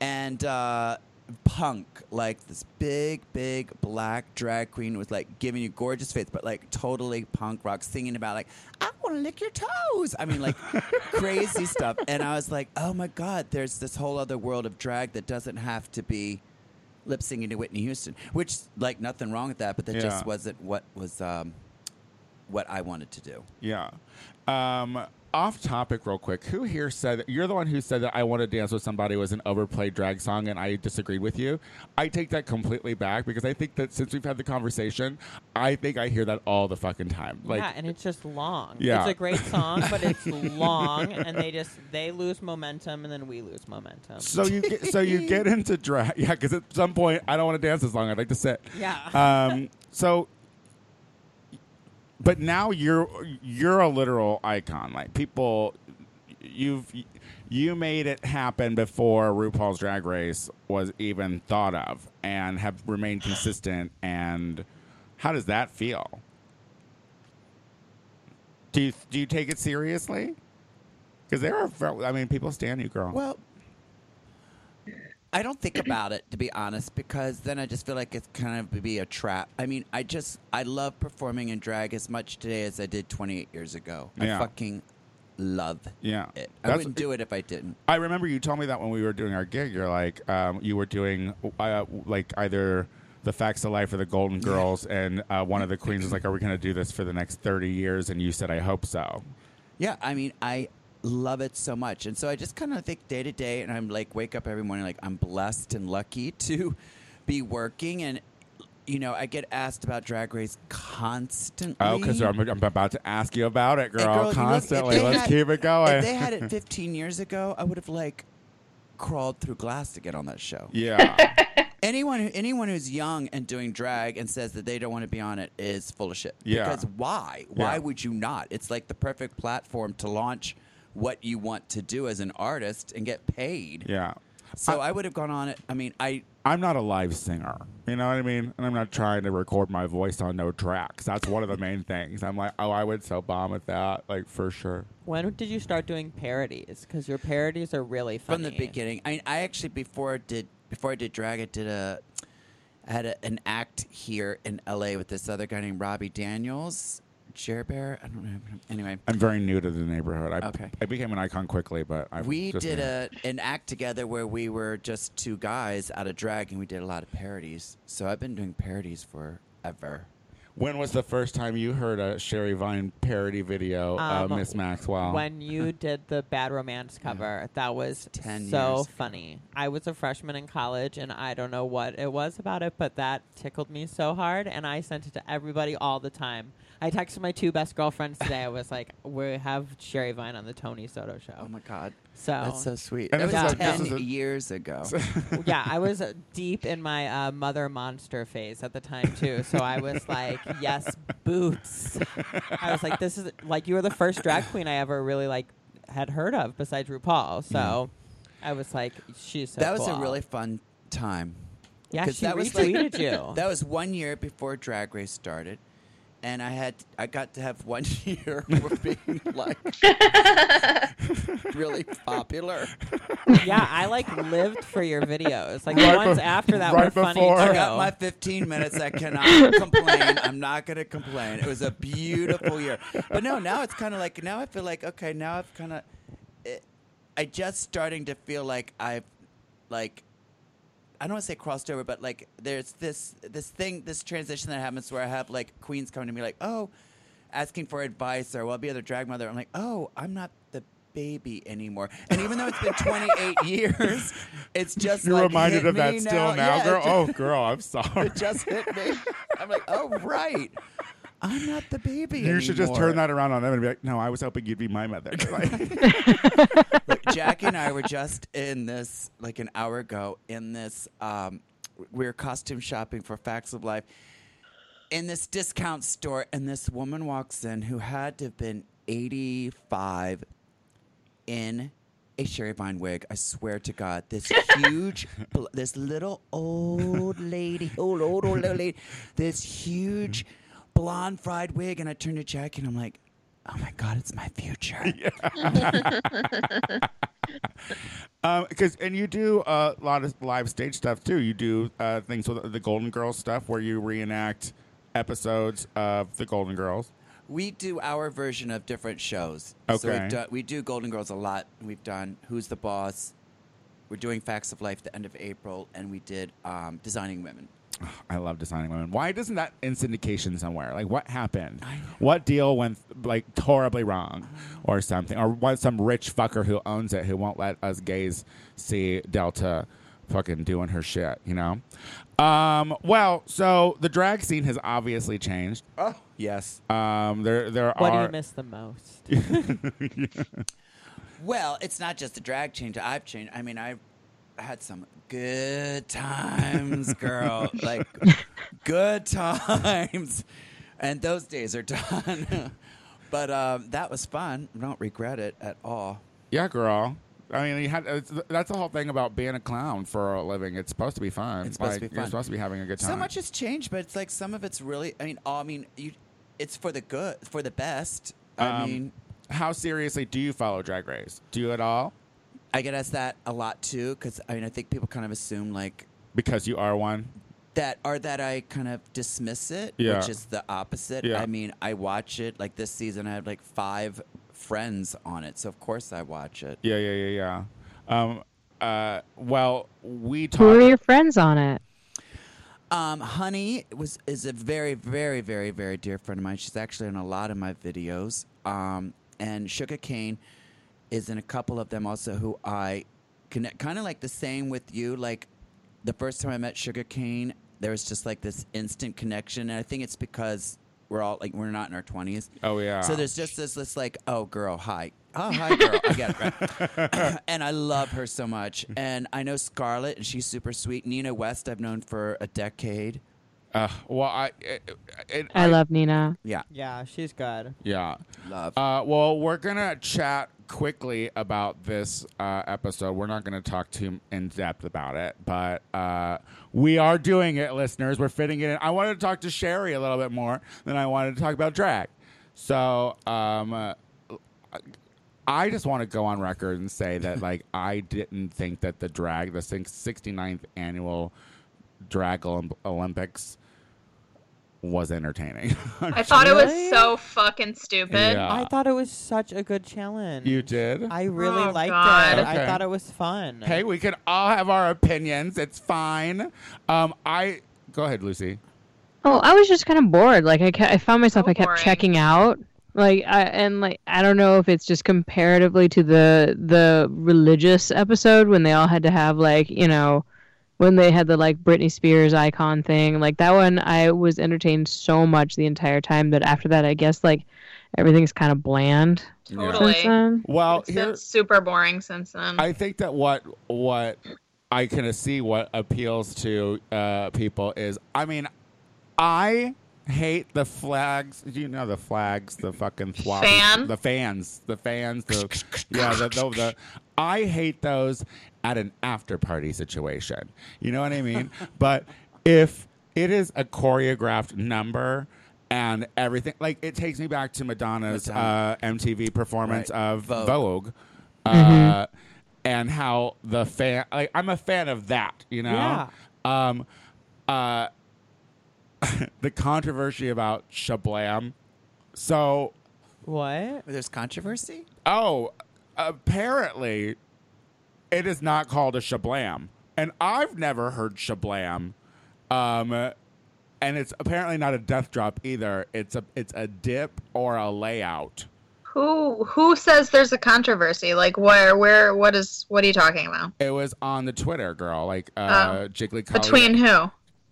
Speaker 6: and uh, punk like this big big black drag queen with like giving you gorgeous face but like totally punk rock singing about like i want to lick your toes i mean like crazy stuff and i was like oh my god there's this whole other world of drag that doesn't have to be lip singing to whitney houston which like nothing wrong with that but that
Speaker 1: Yeah.
Speaker 6: just wasn't what was um, what i wanted to do
Speaker 1: Yeah. Um, off topic, real quick. Who here said you're the one who said that I want to dance with somebody was an overplayed drag song, and I disagreed with you? I take that completely back because I think that since we've had the conversation, I think I hear that all the fucking time. Like,
Speaker 2: yeah, and it's just long.
Speaker 1: Yeah.
Speaker 2: It's a great song, but
Speaker 6: [LAUGHS]
Speaker 2: it's long, and they just they lose momentum, and then we lose momentum.
Speaker 1: so you get, so you get into drag, [LAUGHS] yeah? Because at some point, I don't want to dance as long. I'd like to sit.
Speaker 2: Yeah.
Speaker 1: Um, so, but now you're you're a literal icon. Like people, you've you made it happen before RuPaul's Drag Race was even thought of, and have remained consistent. And how does that feel? Do you, do you take it seriously? Because there are, I mean, people stand you, girl.
Speaker 6: Well, I don't think about it to be honest, because then I just feel like it's kind of be a trap. I mean, I just I love performing in drag as much today as I did 28 years ago.
Speaker 1: Yeah.
Speaker 6: I fucking love
Speaker 1: Yeah.
Speaker 6: it. I
Speaker 1: That's-
Speaker 6: wouldn't do it if I didn't.
Speaker 1: I remember you told me that when we were doing our gig. You're like, um, you were doing uh, like either the Facts of Life or the Golden Girls, and uh, one of the queens was like, "Are we going to do this for the next thirty years?" And you said, "I hope so."
Speaker 6: Yeah, I mean, I love it so much. And so I just kind of think day to day, and I'm like, wake up every morning, like, I'm blessed and lucky [LAUGHS] to be working. And, you know, I get asked about Drag Race constantly.
Speaker 1: Oh, because I'm, I'm about to ask you about it, girl,
Speaker 6: And if you look- if
Speaker 1: constantly.
Speaker 6: they
Speaker 1: Let's
Speaker 6: had-
Speaker 1: keep it
Speaker 6: If they
Speaker 1: going.
Speaker 6: had it 15 years ago, I would have like crawled through glass to get on that show.
Speaker 1: [LAUGHS] yeah,
Speaker 6: Anyone who anyone who's young and doing drag and says that they don't want to be on it is full of shit.
Speaker 1: Yeah.
Speaker 6: Because why? Why
Speaker 1: Yeah.
Speaker 6: would you not? It's like the perfect platform to launch what you want to do as an artist and get paid.
Speaker 1: yeah.
Speaker 6: So I would have gone on it. I mean, I
Speaker 1: I'm not a live singer, you know what I mean, and I'm not trying to record my voice on no tracks. That's one of the main things. I'm like, oh, I would so bomb at that, like for sure.
Speaker 2: when did you start doing parodies? Because your parodies are really funny.
Speaker 6: from the beginning. I mean, I actually before I did before I did drag, I did a I had a, an act here in L.A. with this other guy named Robbie Daniels, Jer Bear. I don't know. Anyway,
Speaker 1: I'm very new to the neighborhood. I,
Speaker 6: Okay.
Speaker 1: I became an icon quickly, but I
Speaker 6: we
Speaker 1: just
Speaker 6: did
Speaker 1: new.
Speaker 6: a an act together where we were just two guys out of drag, and we did a lot of parodies. So I've been doing parodies forever.
Speaker 1: When was the first time you heard a Sherry Vine parody video, uh,
Speaker 2: Um,
Speaker 1: Miss
Speaker 6: Oh.
Speaker 1: Maxwell? [LAUGHS]
Speaker 2: when
Speaker 6: [LAUGHS]
Speaker 2: you did the Bad Romance cover, that was
Speaker 6: 10
Speaker 2: so
Speaker 6: years ago.
Speaker 2: funny. I was a freshman in college, and I don't know what it was about it, but that tickled me so hard, and I sent it to everybody all the time. I texted my two best girlfriends today. I was like, "We have Sherry Vine on the Tony Soto show."
Speaker 6: Oh my god,
Speaker 2: so
Speaker 6: that's so sweet.
Speaker 1: And
Speaker 6: that
Speaker 1: this
Speaker 6: was
Speaker 2: is a- Oh. this
Speaker 6: ten
Speaker 1: is a-
Speaker 6: years ago.
Speaker 2: yeah, I was uh, deep in my uh, mother monster phase at the time too. So I
Speaker 1: [LAUGHS]
Speaker 2: was like, yes, boots. I was like, this is like you were the first drag queen I ever really like had heard of besides RuPaul. So I was like, she's so
Speaker 6: that was a
Speaker 2: cool.
Speaker 6: really fun time.
Speaker 2: yeah.
Speaker 6: 'cause
Speaker 2: She
Speaker 6: that was like-
Speaker 2: retweeted you.
Speaker 6: [LAUGHS] That was one year before Drag Race started, and I had I got to have one [LAUGHS] year of being like really popular.
Speaker 2: yeah, I like lived for your videos. Like
Speaker 1: Right
Speaker 2: the ones
Speaker 1: bef-
Speaker 2: after that
Speaker 1: right
Speaker 2: were funny.
Speaker 1: before-
Speaker 6: I
Speaker 2: too.
Speaker 6: got my 15 minutes.
Speaker 1: [LAUGHS]
Speaker 6: I cannot complain. I'm not going to complain. It was a beautiful year, but no, now it's kind of like now I feel like okay, now I've kind of I just starting to feel like I've like. I don't want to say crossed over, but like there's this this thing, this transition that happens where I have like queens coming to me like, oh, asking for advice or well, I'll be the drag mother. I'm like, oh, I'm not the baby anymore. And even though it's
Speaker 1: [LAUGHS]
Speaker 6: been 28 years, it's just
Speaker 1: You're
Speaker 6: like,
Speaker 1: reminded
Speaker 6: hit
Speaker 1: of that
Speaker 6: me
Speaker 1: still now,
Speaker 6: Yeah, it [LAUGHS]
Speaker 1: girl.
Speaker 6: just-
Speaker 1: oh, girl, I'm sorry.
Speaker 6: it just hit me. I'm like, oh right. I'm not the baby.
Speaker 1: You should just turn
Speaker 6: anymore."
Speaker 1: that around on them and be like, "No, I was hoping you'd be my
Speaker 6: [LAUGHS]
Speaker 1: mother." Like, [LAUGHS]
Speaker 6: Look, Jackie and I were just in this like an hour ago in this um, we were costume shopping for Facts of Life in this discount store and this woman walks in who had to have been 85 in a sherry vine wig. I swear to God, this huge, bl- this little old lady, old, old, old, old lady, this huge blonde fried wig. And I turned to Jackie and I'm like, oh my God, it's my future.
Speaker 1: um, because and you do a lot of live stage stuff too. You do uh, things with the Golden Girls stuff where you reenact episodes of the Golden Girls.
Speaker 6: We do our version of different shows. So
Speaker 1: Okay.
Speaker 6: we've done, we do Golden Girls a lot. We've done Who's the Boss. We're doing Facts of Life the end of April, and we did um, Designing Women.
Speaker 1: I love designing women. Why doesn't that in syndication somewhere? Like, what happened? What deal went like horribly wrong, or something? Or what? Some rich fucker who owns it who won't let us gays see Delta fucking doing her shit. You know. Um, well, so the drag scene has obviously changed.
Speaker 6: Oh yes.
Speaker 1: Um, there, there
Speaker 2: What do
Speaker 1: are
Speaker 2: you miss
Speaker 1: [LAUGHS]
Speaker 2: the most?
Speaker 6: Well, it's not just the drag change. I've changed. I mean, I've had some good times, girl. like good times, and those days are done. [LAUGHS] but um, that was fun. I don't regret it at all.
Speaker 1: yeah, girl. I mean, you had it's, that's the whole thing about being a clown for a living. It's supposed to be fun.
Speaker 6: It's supposed to
Speaker 1: Like,
Speaker 6: be
Speaker 1: You're
Speaker 6: fun.
Speaker 1: supposed to be having a good time.
Speaker 6: So much has changed, but it's like some of it's really. I mean, all, I mean, you, it's for the good, for the best. I
Speaker 1: Um,
Speaker 6: mean,
Speaker 1: How seriously do you follow Drag Race? Do you at all?
Speaker 6: I get asked that a lot too, because I mean, I think people kind of assume like
Speaker 1: Because you are one.
Speaker 6: that, or that I kind of dismiss it,
Speaker 1: Yeah.
Speaker 6: which is the opposite.
Speaker 1: Yeah.
Speaker 6: I mean, I watch it. Like this season, I had like five friends on it, so of course I watch it.
Speaker 1: Yeah, yeah, yeah, yeah. Um, uh, well, we talked.
Speaker 4: Who are your friends on it?
Speaker 6: Um, Honey was is a very, very, very, very dear friend of mine. She's actually in a lot of my videos. Um, and Sugar Cane is in a couple of them also who I connect kind of like the same with you. Like the first time I met Sugar Cane, there was just like this instant connection, and I think it's because we're all like we're not in our twenties.
Speaker 1: Oh yeah.
Speaker 6: So there's just this, this like, oh girl, hi, oh hi girl, I get
Speaker 1: [LAUGHS]
Speaker 6: it, right? [COUGHS] and I love her so much, and I know Scarlett, and she's super sweet. Nina West, I've known for a decade.
Speaker 1: Uh, well, I. It, it,
Speaker 4: I love Nina.
Speaker 6: Yeah,
Speaker 2: yeah, she's good.
Speaker 1: Yeah.
Speaker 6: love.
Speaker 1: Uh, well, we're gonna chat quickly about this uh, episode. We're not gonna talk too in depth about it, but uh, we are doing it, listeners. We're fitting it in. I wanted to talk to Sherry a little bit more than I wanted to talk about drag. So, um, uh, I just want to go on record and say that, [LAUGHS] like, I didn't think that the drag, the 69th annual drag Olymp- Olympics, was entertaining.
Speaker 3: I thought it was
Speaker 2: Really?
Speaker 3: so fucking stupid.
Speaker 1: Yeah.
Speaker 2: I thought it was such a good
Speaker 1: [LAUGHS]
Speaker 2: challenge.
Speaker 1: you did.
Speaker 2: I really
Speaker 3: Oh,
Speaker 2: liked
Speaker 3: God.
Speaker 2: it.
Speaker 1: Okay.
Speaker 2: I thought it was fun.
Speaker 1: Hey, we can all have our opinions. It's fine. Um, I go ahead, Lucy.
Speaker 4: Oh, I was just kind of bored. Like I, kept, I found myself,
Speaker 3: So
Speaker 4: I kept
Speaker 3: boring.
Speaker 4: checking out. Like I and like I don't know if it's just comparatively to the the religious episode when they all had to have like you know when they had the like Britney Spears icon thing. Like that one, I was entertained so much the entire time that after that, I guess like everything's kind of bland.
Speaker 3: Totally.
Speaker 4: Since then.
Speaker 1: Well,
Speaker 3: It's
Speaker 1: here
Speaker 3: been super boring since then.
Speaker 1: I think that what what I can see what appeals to uh, people is. I mean, I hate the flags. You know the flags, the fucking thwappers,
Speaker 3: Fan?
Speaker 1: the fans, the fans. The yeah, the, the, the I hate those at an after party situation. You know what I mean? but if it is a choreographed number. And everything like it takes me back to Madonna's
Speaker 6: Madonna.
Speaker 1: Uh, MTV performance
Speaker 6: Right.
Speaker 1: of
Speaker 6: Vogue.
Speaker 1: Vogue, uh, and how the fan. Like, I'm a fan of that, you know. Um, uh, [LAUGHS] the controversy about Shablam. So,
Speaker 2: What?
Speaker 6: There's controversy.
Speaker 1: oh, apparently, it is not called a Shablam, and I've never heard Shablam. Um, and it's apparently not a death drop either. It's a it's a dip or a layout.
Speaker 3: who who says there's a controversy? Like where where what is what are you talking about?
Speaker 1: It was on the Twitter, girl, like uh, Jiggly Collier.
Speaker 3: Between who?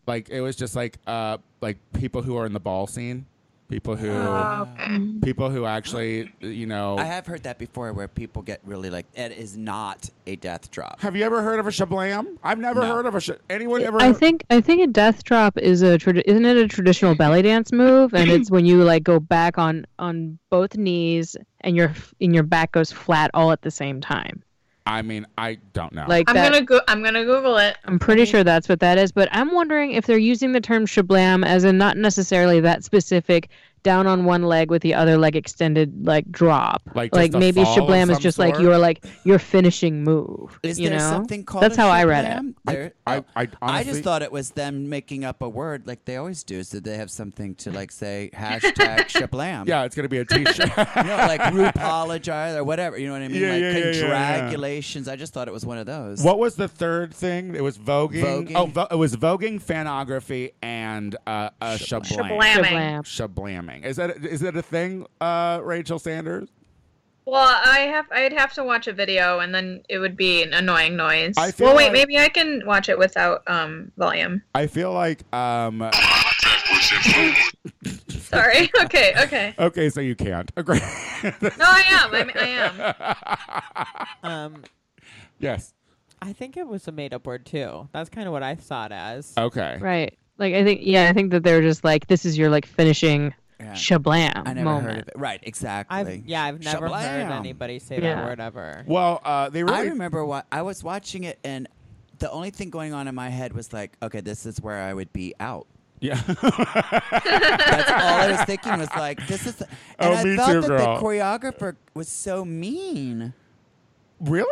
Speaker 1: like it was just like uh like people who are in the ball scene People who
Speaker 3: Oh, okay.
Speaker 4: Mm,
Speaker 1: people who actually, you know,
Speaker 6: I have heard that before where people get really like, it is not a death drop.
Speaker 1: have you ever heard of a shablam? I've never
Speaker 6: No.
Speaker 1: heard of a sh- anyone ever.
Speaker 4: I think I think a death drop is a tradi- isn't it a traditional belly dance move, and it's when you like go back on on both knees and your and your back goes flat all at the same time.
Speaker 1: I mean, I don't know.
Speaker 4: Like
Speaker 3: I'm
Speaker 4: that,
Speaker 3: gonna go. I'm gonna Google it.
Speaker 4: I'm pretty sure that's what that is, but I'm wondering if they're using the term shablam as in not necessarily that specific down on one leg with the other leg extended like drop.
Speaker 1: Like just a
Speaker 4: maybe
Speaker 1: fall of
Speaker 4: shablam is
Speaker 1: some
Speaker 4: just like
Speaker 1: sort?
Speaker 4: your like your finishing move.
Speaker 6: Is
Speaker 4: you
Speaker 6: there
Speaker 4: know?
Speaker 6: something called?
Speaker 4: That's
Speaker 6: a
Speaker 4: how I read it.
Speaker 6: shablam? There- oh,
Speaker 1: I, I, honestly,
Speaker 6: I just thought it was them making up a word like they always do. So they have something to like say hashtag
Speaker 1: [LAUGHS]
Speaker 6: shablam.
Speaker 1: yeah, it's gonna be a T-shirt. [LAUGHS]
Speaker 6: You know, like RuPologize or whatever. You know what I mean?
Speaker 1: Yeah,
Speaker 6: like
Speaker 1: yeah, yeah, yeah, yeah.
Speaker 6: congratulations. I just thought it was one of those.
Speaker 1: what was the third thing? It was voguing.
Speaker 6: Voguing.
Speaker 1: Oh, vo- it was voguing, fanography, and uh, a shablam.
Speaker 3: Shablamming.
Speaker 4: Shablam.
Speaker 1: Shablamming. Is that is that a thing, uh, Rachel Sanders?
Speaker 3: Well, I have. I'd have to watch a video, and then it would be an annoying noise.
Speaker 1: I feel
Speaker 3: Well, wait.
Speaker 1: like-
Speaker 3: Maybe I can watch it without um
Speaker 1: [LAUGHS]
Speaker 3: volume.
Speaker 1: I feel like um,
Speaker 3: Sorry. [LAUGHS] okay. Okay.
Speaker 1: okay, so you can't. [LAUGHS] Agree.
Speaker 3: No, I am. I'm, I
Speaker 1: [LAUGHS]
Speaker 3: am.
Speaker 2: Um,
Speaker 1: yes.
Speaker 2: I think it was a made up word too. That's kind of what I saw it as.
Speaker 1: Okay.
Speaker 4: Right. Like I think yeah, I think that they're just like this is your like finishing
Speaker 6: Yeah.
Speaker 4: shablam
Speaker 6: I never
Speaker 4: moment.
Speaker 6: heard of it. Right, exactly.
Speaker 2: I've yeah, I've never heard
Speaker 6: Shablam.
Speaker 2: anybody say
Speaker 4: Yeah.
Speaker 2: that word ever.
Speaker 1: Well, uh, they
Speaker 6: I
Speaker 1: really
Speaker 6: remember what I was watching it, and the only thing going on in my head was like, okay, this is where I would be out.
Speaker 1: [LAUGHS] yeah.
Speaker 6: That's all I was thinking was like, this is. And
Speaker 1: [LAUGHS] Oh,
Speaker 6: I
Speaker 1: me
Speaker 6: felt
Speaker 1: too,
Speaker 6: that
Speaker 1: girl.
Speaker 6: the choreographer was so mean.
Speaker 1: really?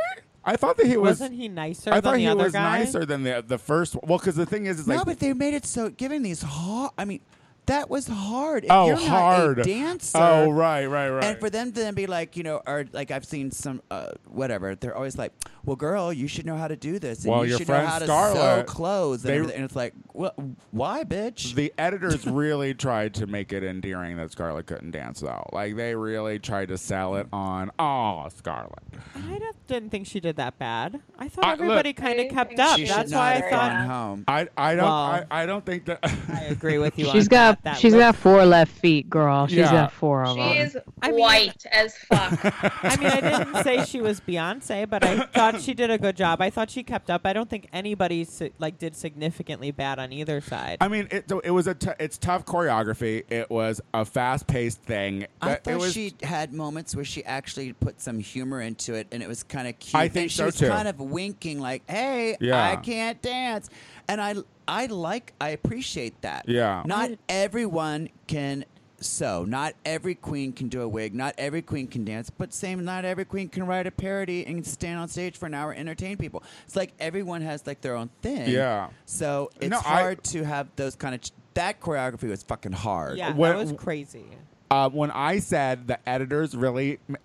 Speaker 1: I thought that he was.
Speaker 2: Wasn't he nicer
Speaker 1: I
Speaker 2: than
Speaker 1: thought
Speaker 2: the
Speaker 1: he
Speaker 2: other
Speaker 1: was
Speaker 2: guy?
Speaker 1: nicer than the the first. one. Well, because the thing is, is like
Speaker 6: no, but they made it so giving these hard. I mean, that was hard. If
Speaker 1: oh
Speaker 6: you're not
Speaker 1: hard
Speaker 6: a dancer.
Speaker 1: Oh right, right, right.
Speaker 6: And for them to then be like, you know, or like I've seen some, uh, whatever. They're always like, "Well, girl, you should know how to do this, and
Speaker 1: Well,
Speaker 6: you
Speaker 1: your
Speaker 6: should
Speaker 1: friend
Speaker 6: know how to sew
Speaker 1: Scarlett,
Speaker 6: clothes." And,
Speaker 1: they-
Speaker 6: everything. and it's like, well, why, bitch?
Speaker 1: the editors really tried to make it endearing that Scarlett couldn't dance, though. Like they really tried to sell it on. Oh, Scarlett.
Speaker 2: I don't- didn't think she did that bad. I thought
Speaker 1: I- look-
Speaker 2: everybody kind
Speaker 3: I
Speaker 2: of kept
Speaker 3: think
Speaker 2: up.
Speaker 6: she
Speaker 2: That's
Speaker 6: should not
Speaker 2: why I
Speaker 6: have gone
Speaker 2: thought
Speaker 6: home.
Speaker 1: I I don't
Speaker 2: Well-
Speaker 1: I, I don't think that.
Speaker 2: I agree with
Speaker 4: [LAUGHS]
Speaker 2: you.
Speaker 4: She's
Speaker 2: on that.
Speaker 4: got
Speaker 2: that
Speaker 4: she's
Speaker 2: look-
Speaker 4: got four left feet, girl. She's
Speaker 1: Yeah.
Speaker 4: got four of them.
Speaker 3: She is
Speaker 2: I mean-
Speaker 3: white
Speaker 1: [LAUGHS]
Speaker 3: as fuck.
Speaker 2: I mean, I didn't say she was Beyonce, but I thought she did a good job. I thought she kept up. I don't think anybody si- like did significantly bad on either side.
Speaker 1: [LAUGHS] I mean, it, it was a t- it's tough choreography. It was a fast paced thing.
Speaker 6: I
Speaker 1: That- it
Speaker 6: thought
Speaker 1: was,
Speaker 6: she had moments where she actually put some humor into it, and it was kind of cute.
Speaker 1: I think
Speaker 6: and she
Speaker 1: so,
Speaker 6: was
Speaker 1: too.
Speaker 6: kind of winking, like, "Hey,
Speaker 1: Yeah.
Speaker 6: I can't dance," and I, I like, I appreciate that.
Speaker 1: Yeah.
Speaker 6: Not everyone can sew. Not every queen can do a wig. Not every queen can dance. But same, not every queen can write a parody and stand on stage for an hour and entertain people. It's like everyone has like their own thing.
Speaker 1: Yeah.
Speaker 6: So it's
Speaker 1: No, I-
Speaker 6: hard to have those kind of. Ch- that choreography was fucking hard.
Speaker 2: yeah,
Speaker 1: what-
Speaker 2: that was crazy.
Speaker 1: uh, when I said the editors really m-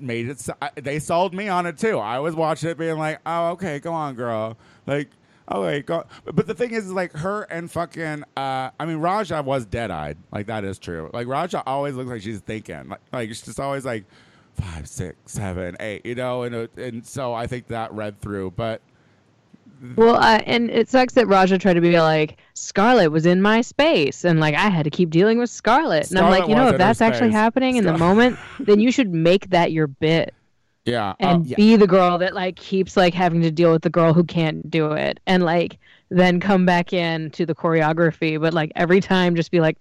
Speaker 1: made it, s I they sold me on it too. I was watching it being like, oh, okay, go on, girl. Like, oh, wait, go. But the thing is, is like her and fucking, uh, I mean, Raja was dead eyed. Like, that is true. Like, Raja always looks like she's thinking. Like, like she's just always like five, six, seven, eight, you know? And, it- and so I think that read through. But
Speaker 4: Well, uh, and it sucks that Raja tried to be like Scarlet was in my space, and like I had to keep dealing with Scarlet. And I'm
Speaker 1: Scarlet
Speaker 4: like, you know,
Speaker 1: was in
Speaker 4: if
Speaker 1: her
Speaker 4: that's actually
Speaker 1: space.
Speaker 4: happening in the moment, then you should make that your bit
Speaker 1: Oh, yeah.
Speaker 4: and
Speaker 6: yeah.
Speaker 4: be the girl that like keeps like having to deal with the girl who can't do it, and like then come back in to the choreography, but like every time just be like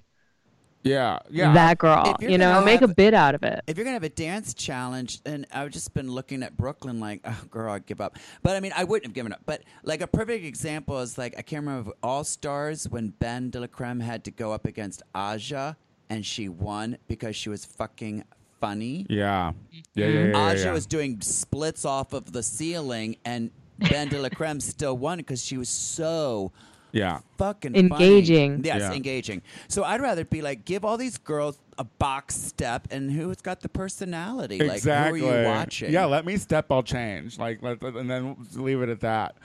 Speaker 1: yeah. Yeah.
Speaker 4: that girl,
Speaker 6: If you're
Speaker 4: you know,
Speaker 6: gonna
Speaker 4: make a
Speaker 6: have-
Speaker 4: bit out of it.
Speaker 6: if you're gonna have a dance challenge, and I've just been looking at Brooklyn like, oh, girl, I'd give up. But I mean, I wouldn't have given up. But like a perfect example is like I can't remember All Stars when Ben De La Creme had to go up against Aja, and she won because she was fucking funny.
Speaker 1: yeah. Yeah. Yeah. yeah, yeah,
Speaker 6: Aja
Speaker 1: yeah.
Speaker 6: was doing splits off of the ceiling, and Ben De La Creme still won because she was so
Speaker 1: Yeah.
Speaker 6: fucking
Speaker 4: Engaging.
Speaker 6: Funny. Yes,
Speaker 1: Yeah.
Speaker 6: engaging. So I'd rather be like, give all these girls a box step, and who's got the personality?
Speaker 1: Exactly.
Speaker 6: Like, who are you watching?
Speaker 1: Yeah, let me step. I'll change. Like, let, let- and then leave it at that.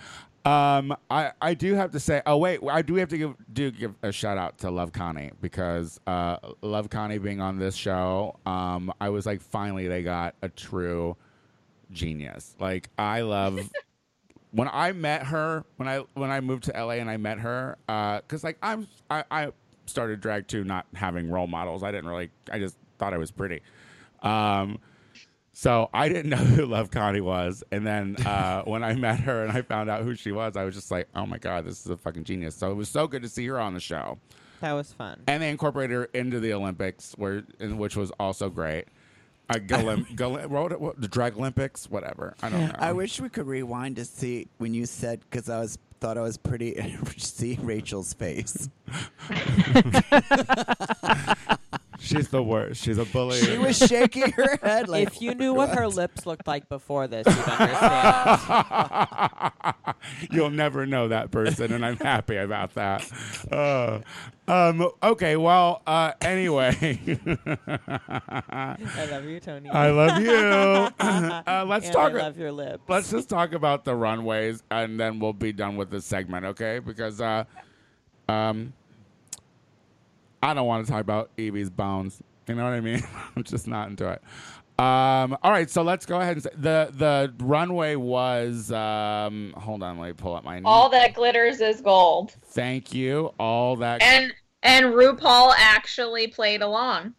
Speaker 1: Um, I I do have to say. Oh wait, I do have to give do give a shout out to Love Connie because uh, Love Connie being on this show, um, I was like, finally they got a true genius. Like I
Speaker 6: [LAUGHS]
Speaker 1: love when uh, I met her when I when I moved to LA and I met her because like I'm I, I started drag too, not having role models. I didn't really. I just thought I was pretty. Um, so I didn't know [LAUGHS] who Love Connie was, and then [LAUGHS] uh, when I met her and I found out who she was, I was just like, "Oh my god, this is a fucking genius!" So it was so good to see her on the show,
Speaker 2: That was fun.
Speaker 1: and they incorporated her into the Olympics, where and which was also great. Uh, [LAUGHS] Golem, Golem, what, what, the Drag Olympics, whatever. I don't know.
Speaker 6: I wish we could rewind to see when you said because I was thought I was pretty. [LAUGHS] see Rachel's face.
Speaker 1: She's the worst. She's a bully.
Speaker 6: She was shaking her head like.
Speaker 2: if you knew what her lips looked like before this, you'd understand.
Speaker 1: [LAUGHS] You'll never know that person, and I'm happy about that. Uh, um, okay, well, uh, anyway,
Speaker 2: I love you, Tony.
Speaker 1: I love you. [LAUGHS] Uh, let's
Speaker 2: and
Speaker 1: talk.
Speaker 2: I love your lips.
Speaker 1: Let's just talk about the runways, and then we'll be done with this segment, okay? Because uh, um, I don't want to talk about Evie's bones. You know what I mean? [LAUGHS] I'm just not into it. Um, all right, so let's go ahead and say the the runway was. Um, hold on, let me pull up my.
Speaker 3: All that glitters is gold.
Speaker 1: Thank you. All that.
Speaker 3: And and RuPaul actually played along.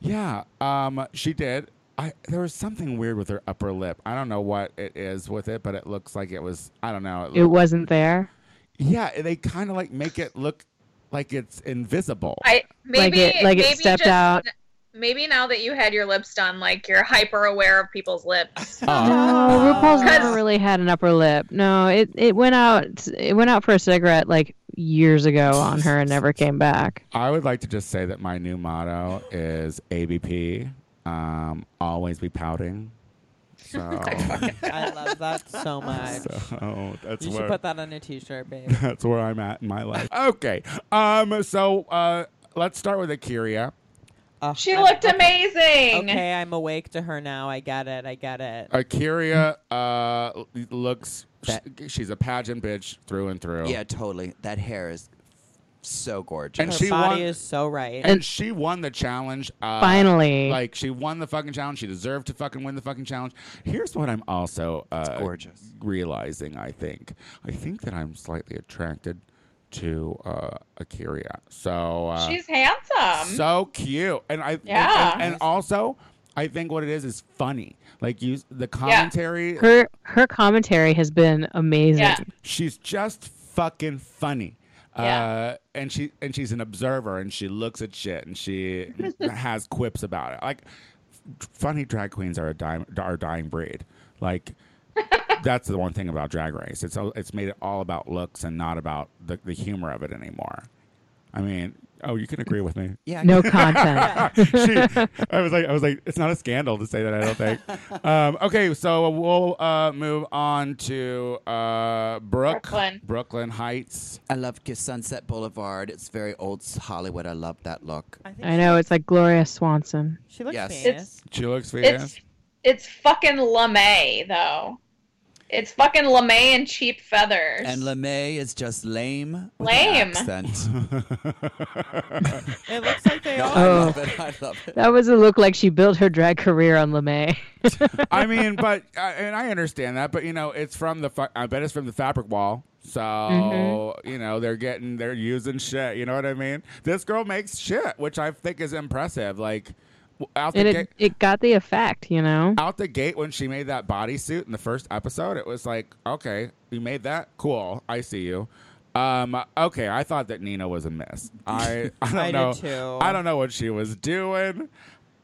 Speaker 1: yeah, um, she did. I, there was something weird with her upper lip. I don't know what it is with it, but it looks like it was. I don't know. It
Speaker 4: It wasn't there.
Speaker 1: yeah, they kind of like make it look like it's invisible.
Speaker 3: I maybe
Speaker 4: Like it- like it
Speaker 3: maybe
Speaker 4: stepped
Speaker 3: just-
Speaker 4: out.
Speaker 3: Maybe now that you had your lips done, like you're hyper aware of people's lips.
Speaker 4: Oh. No, RuPaul's never
Speaker 3: Because-
Speaker 4: really had an upper lip. No, it, it went out it went out for a cigarette like years ago on her and never came back.
Speaker 1: I would like to just say that my new motto is ABP. Um, always be pouting. So,
Speaker 2: I love that so much.
Speaker 1: so [LAUGHS] that's
Speaker 2: you should
Speaker 1: where
Speaker 2: put that on a t-shirt,
Speaker 1: [LAUGHS]
Speaker 2: babe.
Speaker 1: that's where I'm at in my life. Okay. Um. So uh, let's start with Akira.
Speaker 2: Ugh,
Speaker 3: she
Speaker 2: Oh, I'm-
Speaker 3: looked amazing.
Speaker 2: Okay, I'm awake to her now. I get it. I get it.
Speaker 1: Akira uh, l- looks.
Speaker 6: That-
Speaker 1: sh- she's a pageant bitch through and through.
Speaker 6: [LAUGHS] yeah, totally. That hair is so gorgeous.
Speaker 1: And
Speaker 2: Her
Speaker 1: she
Speaker 2: body
Speaker 1: won-
Speaker 2: is so right.
Speaker 1: And she won the challenge. Uh,
Speaker 4: Finally.
Speaker 1: Like, she won the fucking challenge. She deserved to fucking win the fucking challenge. Here's what I'm also uh,
Speaker 6: gorgeous.
Speaker 1: realizing, I think. I think that I'm slightly attracted to uh, Akira. So. Uh,
Speaker 3: She's handsome.
Speaker 1: so cute and i and-
Speaker 3: Yeah.
Speaker 1: and, and also i think what it is is funny like you the commentary
Speaker 4: Her her commentary has been amazing.
Speaker 3: Yeah.
Speaker 1: she's just fucking funny
Speaker 3: Yeah.
Speaker 1: uh, and she and she's an observer and she looks at shit and she has quips about it like f- funny drag queens are a dime, are a dying breed like that's the one thing about drag race it's all- it's made it all about looks and not about the, the humor of it anymore i mean oh you can agree with me
Speaker 6: yeah,
Speaker 4: No content.
Speaker 3: [LAUGHS]
Speaker 1: she, I was like, I was like, it's not a scandal to say that. I don't think. Um, okay, so we'll uh, move on to uh, Brook,
Speaker 3: Brooklyn.
Speaker 1: Brooklyn Heights.
Speaker 6: I love Sunset Boulevard. It's very old Hollywood. I love that look.
Speaker 2: think
Speaker 4: I know it's like Gloria Swanson.
Speaker 2: She, she looks
Speaker 6: Yes.
Speaker 2: famous.
Speaker 1: She looks
Speaker 3: It's
Speaker 1: famous.
Speaker 3: it's fucking LeMay though. It's fucking LeMay and cheap feathers.
Speaker 6: And LeMay is just lame. with an
Speaker 3: Lame.
Speaker 6: Accent.
Speaker 2: It looks
Speaker 1: [LAUGHS]
Speaker 2: like they
Speaker 6: I
Speaker 2: all.
Speaker 6: love it. I love it.
Speaker 4: That was a look like she built her drag career on
Speaker 6: [LAUGHS]
Speaker 4: LeMay.
Speaker 1: I mean, but I and I understand that, but you know, it's from the. Fa- I bet it's from the fabric wall. So
Speaker 3: Mm-hmm.
Speaker 1: you know they're getting they're using shit. You know what I mean? This girl makes shit, which I think is impressive. Like w- out the
Speaker 4: and
Speaker 1: gate-
Speaker 4: it, it got the effect, you know?
Speaker 1: out the gate when she made that bodysuit in the first episode, it was like, okay, you made that? Cool. I see you. Um, okay, I thought that Nina was a miss.
Speaker 2: [LAUGHS]
Speaker 1: I, I don't
Speaker 2: I did
Speaker 1: know.
Speaker 2: too.
Speaker 1: I don't know what she was doing. Um,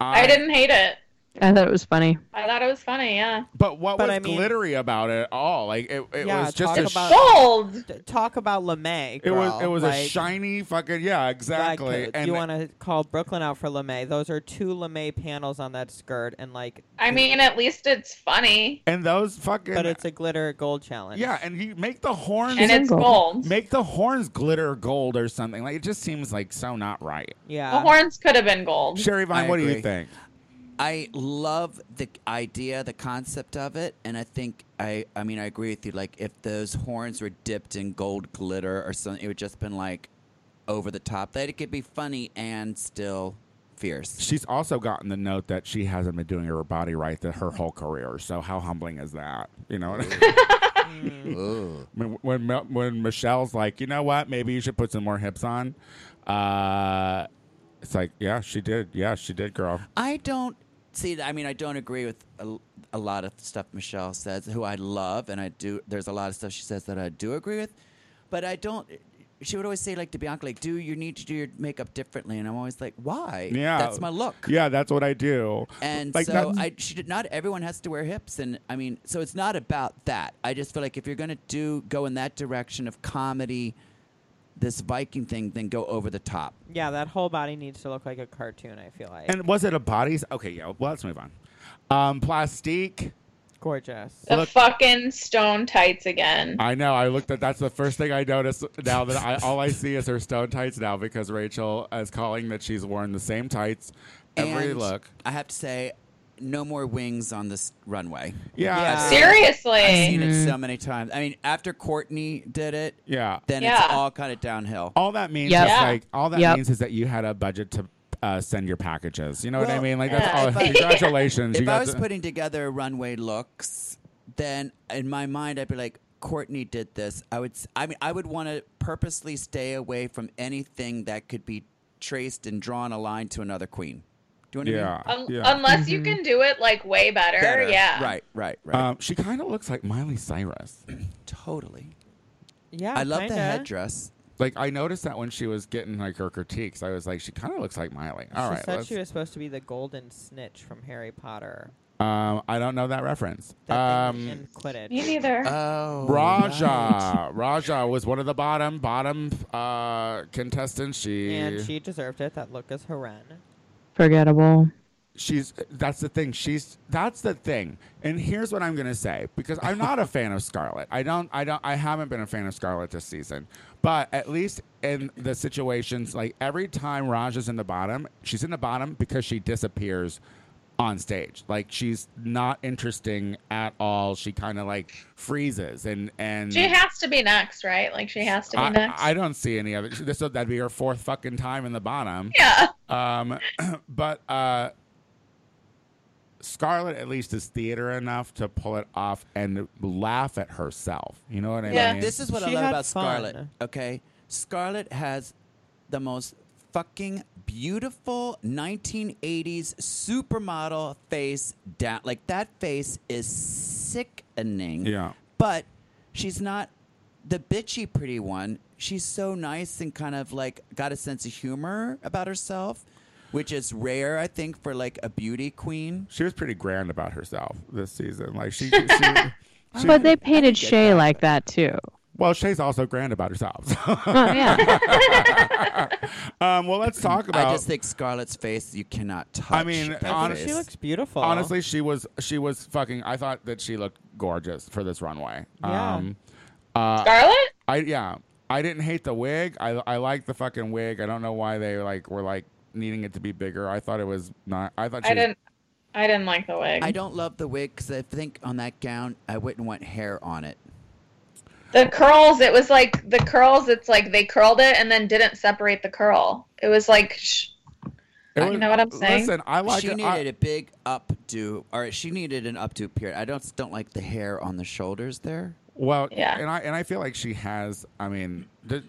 Speaker 3: I didn't hate it.
Speaker 4: I thought it was funny.
Speaker 3: I thought it was funny, yeah.
Speaker 1: But what
Speaker 2: But
Speaker 1: was
Speaker 2: I mean-
Speaker 1: glittery about it all? Like it, it
Speaker 2: Yeah,
Speaker 1: was just
Speaker 2: talk
Speaker 1: a sh-
Speaker 2: about-
Speaker 3: Gold.
Speaker 2: D- Talk about LeMay.
Speaker 1: it was it
Speaker 2: girl.
Speaker 1: was
Speaker 2: like,
Speaker 1: a shiny fucking yeah
Speaker 2: like,
Speaker 1: exactly.
Speaker 2: uh,
Speaker 1: and
Speaker 2: you want to call Brooklyn out for LeMay. Those are two LeMay panels on that skirt, and like,
Speaker 3: I mean, at least it's funny.
Speaker 1: and those fucking
Speaker 2: but it's a glitter gold challenge.
Speaker 1: yeah, and you make the horns
Speaker 3: And it's
Speaker 4: Single.
Speaker 3: gold.
Speaker 1: make the horns glitter gold or something. Like it just seems like so not right.
Speaker 2: yeah.
Speaker 3: The horns could have been gold.
Speaker 1: Sherry Vine,
Speaker 6: I
Speaker 1: what do you
Speaker 6: agree.
Speaker 1: think?
Speaker 6: I love the idea, the concept of it, and I think I. I mean, I agree with you. Like, if those horns were dipped in gold glitter or something, it would just been like over the top. That it could be funny and still fierce.
Speaker 1: She's also gotten the note that [LAUGHS] she hasn't been doing her body right the, her whole career. So how humbling is that? You know,
Speaker 6: Ooh.
Speaker 1: When- when Mel- when Michelle's like, you know what, maybe you should put some more hips on. Uh, it's like, yeah, she did. Yeah, she did, girl.
Speaker 6: I don't see. I mean, I don't agree with a, a lot of stuff Michelle says, who I love, and I do. There's a lot of stuff she says that I do agree with, but I don't. She would always say, like to Bianca, like, "Do you need to do your makeup differently?" And I'm always like, "Why?
Speaker 1: Yeah,
Speaker 6: that's my look."
Speaker 1: Yeah, that's what I do.
Speaker 6: And
Speaker 1: Like,
Speaker 6: so
Speaker 1: that's-
Speaker 6: I she did not everyone has to wear hips and I mean so it's not about that. I just feel like if you're going to do go in that direction of comedy this Viking thing then go over the top.
Speaker 2: Yeah, that whole body needs to look like a cartoon. I feel like
Speaker 1: And was it a bodies? Okay, yeah. Well, let's move on. Um, plastique.
Speaker 2: gorgeous.
Speaker 3: The
Speaker 1: Look-
Speaker 3: fucking stone tights again.
Speaker 1: I know. I looked at. That's the first thing I noticed now that I all I see is her stone tights now because Rachel is calling that she's worn the same tights every
Speaker 6: And
Speaker 1: look.
Speaker 6: I have to say no more wings on this runway.
Speaker 1: Yeah. Mm-hmm.
Speaker 2: Yeah.
Speaker 1: it's-
Speaker 6: I've
Speaker 3: Seriously.
Speaker 6: seen it so many times. I mean after Courtney did it
Speaker 1: Yeah.
Speaker 6: then
Speaker 3: Yeah.
Speaker 6: it's all kind of downhill.
Speaker 1: All that means
Speaker 4: Yep.
Speaker 1: is
Speaker 3: Yeah.
Speaker 1: like all that
Speaker 4: Yep.
Speaker 1: means is that you had a budget to uh, send your packages. You know what I
Speaker 6: Well,
Speaker 1: mean? Like that's
Speaker 3: yeah,
Speaker 1: all.
Speaker 6: [LAUGHS] if I-
Speaker 1: congratulations. you
Speaker 6: If I
Speaker 1: got
Speaker 6: was
Speaker 1: to-
Speaker 6: putting together runway looks, then in my mind I'd be like, Courtney did this. I would. s- I mean, I would want to purposely stay away from anything that could be traced and drawn a line to another queen. Do you know what I mean?
Speaker 1: yeah.
Speaker 2: Um,
Speaker 3: Un-
Speaker 1: yeah.
Speaker 3: Unless you can do it like way better.
Speaker 6: Better.
Speaker 3: Yeah.
Speaker 6: Right. Right. Right.
Speaker 1: um, she kind of looks like Miley Cyrus.
Speaker 6: totally.
Speaker 2: Yeah,
Speaker 6: I love
Speaker 2: kinda.
Speaker 6: the headdress.
Speaker 1: Like I noticed that when she was getting like her critiques, I was like, she kind of looks like Miley. All
Speaker 2: she
Speaker 1: right,
Speaker 2: said
Speaker 1: let's-
Speaker 2: she was supposed to be the golden snitch from Harry Potter.
Speaker 1: um, I don't know that reference.
Speaker 2: That
Speaker 1: um,
Speaker 2: thing in Quidditch.
Speaker 3: Me neither.
Speaker 6: Oh,
Speaker 1: Raja. Raja was one of the bottom bottom uh, contestants. She,
Speaker 2: and she deserved it. That look is horrendous.
Speaker 4: Forgettable.
Speaker 1: she's that's the thing. She's that's the thing. And here's what I'm gonna say because I'm
Speaker 2: [LAUGHS]
Speaker 1: not a fan of Scarlett. I don't. I don't. I haven't been a fan of Scarlett this season. But at least in the situations, like every time Raja's in the bottom, she's in the bottom because she disappears on stage. Like she's not interesting at all. She kind of like freezes and and
Speaker 3: She has to be next, right? Like she has to be
Speaker 1: I,
Speaker 3: next.
Speaker 1: I don't see any other. This that'd be her fourth fucking time in the bottom.
Speaker 3: yeah.
Speaker 1: Um, [CLEARS THROAT] but uh, Scarlett at least is theater enough to pull it off and laugh at herself. You know what I
Speaker 3: Yeah.
Speaker 1: mean?
Speaker 6: This is what
Speaker 2: She
Speaker 6: I love
Speaker 2: had
Speaker 6: about Scarlett.
Speaker 2: fun.
Speaker 6: Okay, Scarlett has the most fucking beautiful 1980s supermodel face down. Like that face is sickening.
Speaker 1: Yeah.
Speaker 6: But she's not the bitchy pretty one. She's so nice and kind of like got a sense of humor about herself, which is rare, I think, for like a beauty queen.
Speaker 1: she was pretty grand about herself this season. Like she, she,
Speaker 6: [LAUGHS]
Speaker 1: she-
Speaker 4: But they painted
Speaker 6: get
Speaker 4: Shay
Speaker 6: that.
Speaker 4: like that too.
Speaker 1: well, Shay's also grand about herself. [LAUGHS]
Speaker 4: Oh yeah.
Speaker 1: um, well, let's talk about.
Speaker 6: I just think Scarlett's face you cannot touch.
Speaker 1: I mean,
Speaker 6: that
Speaker 2: I think
Speaker 1: honest-
Speaker 2: she
Speaker 6: face.
Speaker 2: looks beautiful.
Speaker 1: honestly, she was she was fucking. I thought that she looked gorgeous for this runway.
Speaker 2: Yeah.
Speaker 1: Um, uh,
Speaker 3: Scarlet?
Speaker 1: I yeah. I didn't hate the wig. I I like the fucking wig. I don't know why they like were like needing it to be bigger. I thought it was not. I thought she
Speaker 3: I didn't I didn't like the wig.
Speaker 6: I don't love the wig because I think on that gown I wouldn't want hair on it.
Speaker 3: The curls, it was like the curls, it's like they curled it and then didn't separate the curl. It was like sh-
Speaker 1: It
Speaker 3: You know what I'm saying?
Speaker 1: Listen, I like
Speaker 6: she
Speaker 1: it.
Speaker 6: needed
Speaker 1: I-
Speaker 6: a big updo, or she needed an updo period. I don't don't like the hair on the shoulders there.
Speaker 1: well,
Speaker 3: Yeah.
Speaker 1: and I and I feel like she has. I mean, th-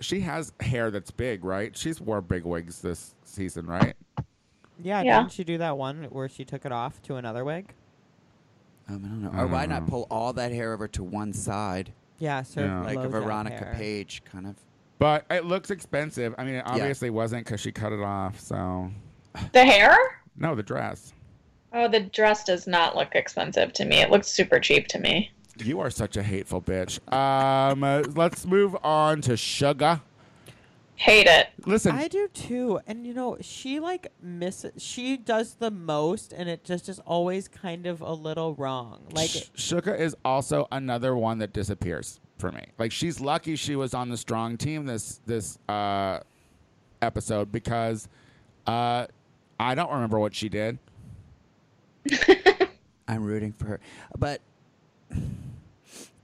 Speaker 1: she has hair that's big, right? She's wore big wigs this season, right?
Speaker 2: yeah,
Speaker 3: Yeah.
Speaker 2: Didn't she do that one where she took it off to another wig?
Speaker 6: Um, I don't know. Or why
Speaker 1: Mm.
Speaker 6: not pull all that hair over to one side,
Speaker 2: Yeah, so
Speaker 1: Yeah.
Speaker 6: like a
Speaker 2: low-down
Speaker 6: Veronica
Speaker 2: hair.
Speaker 6: Page kind of?
Speaker 1: But it looks expensive. I mean, it obviously wasn't because she cut it off. So
Speaker 3: the hair?
Speaker 1: no, the dress.
Speaker 3: Oh, the dress does not look expensive to me. It looks super cheap to me.
Speaker 1: You are such a hateful bitch. Um, uh, let's move on to Sugar.
Speaker 3: Hate it.
Speaker 1: Listen,
Speaker 2: I do too. And you know, she like misses she does the most and it just is always kind of a little wrong. Like
Speaker 1: Sh- Suga is also another one that disappears for me. Like she's lucky she was on the strong team this this uh, episode because uh, I don't remember what she did.
Speaker 6: I'm rooting for her, but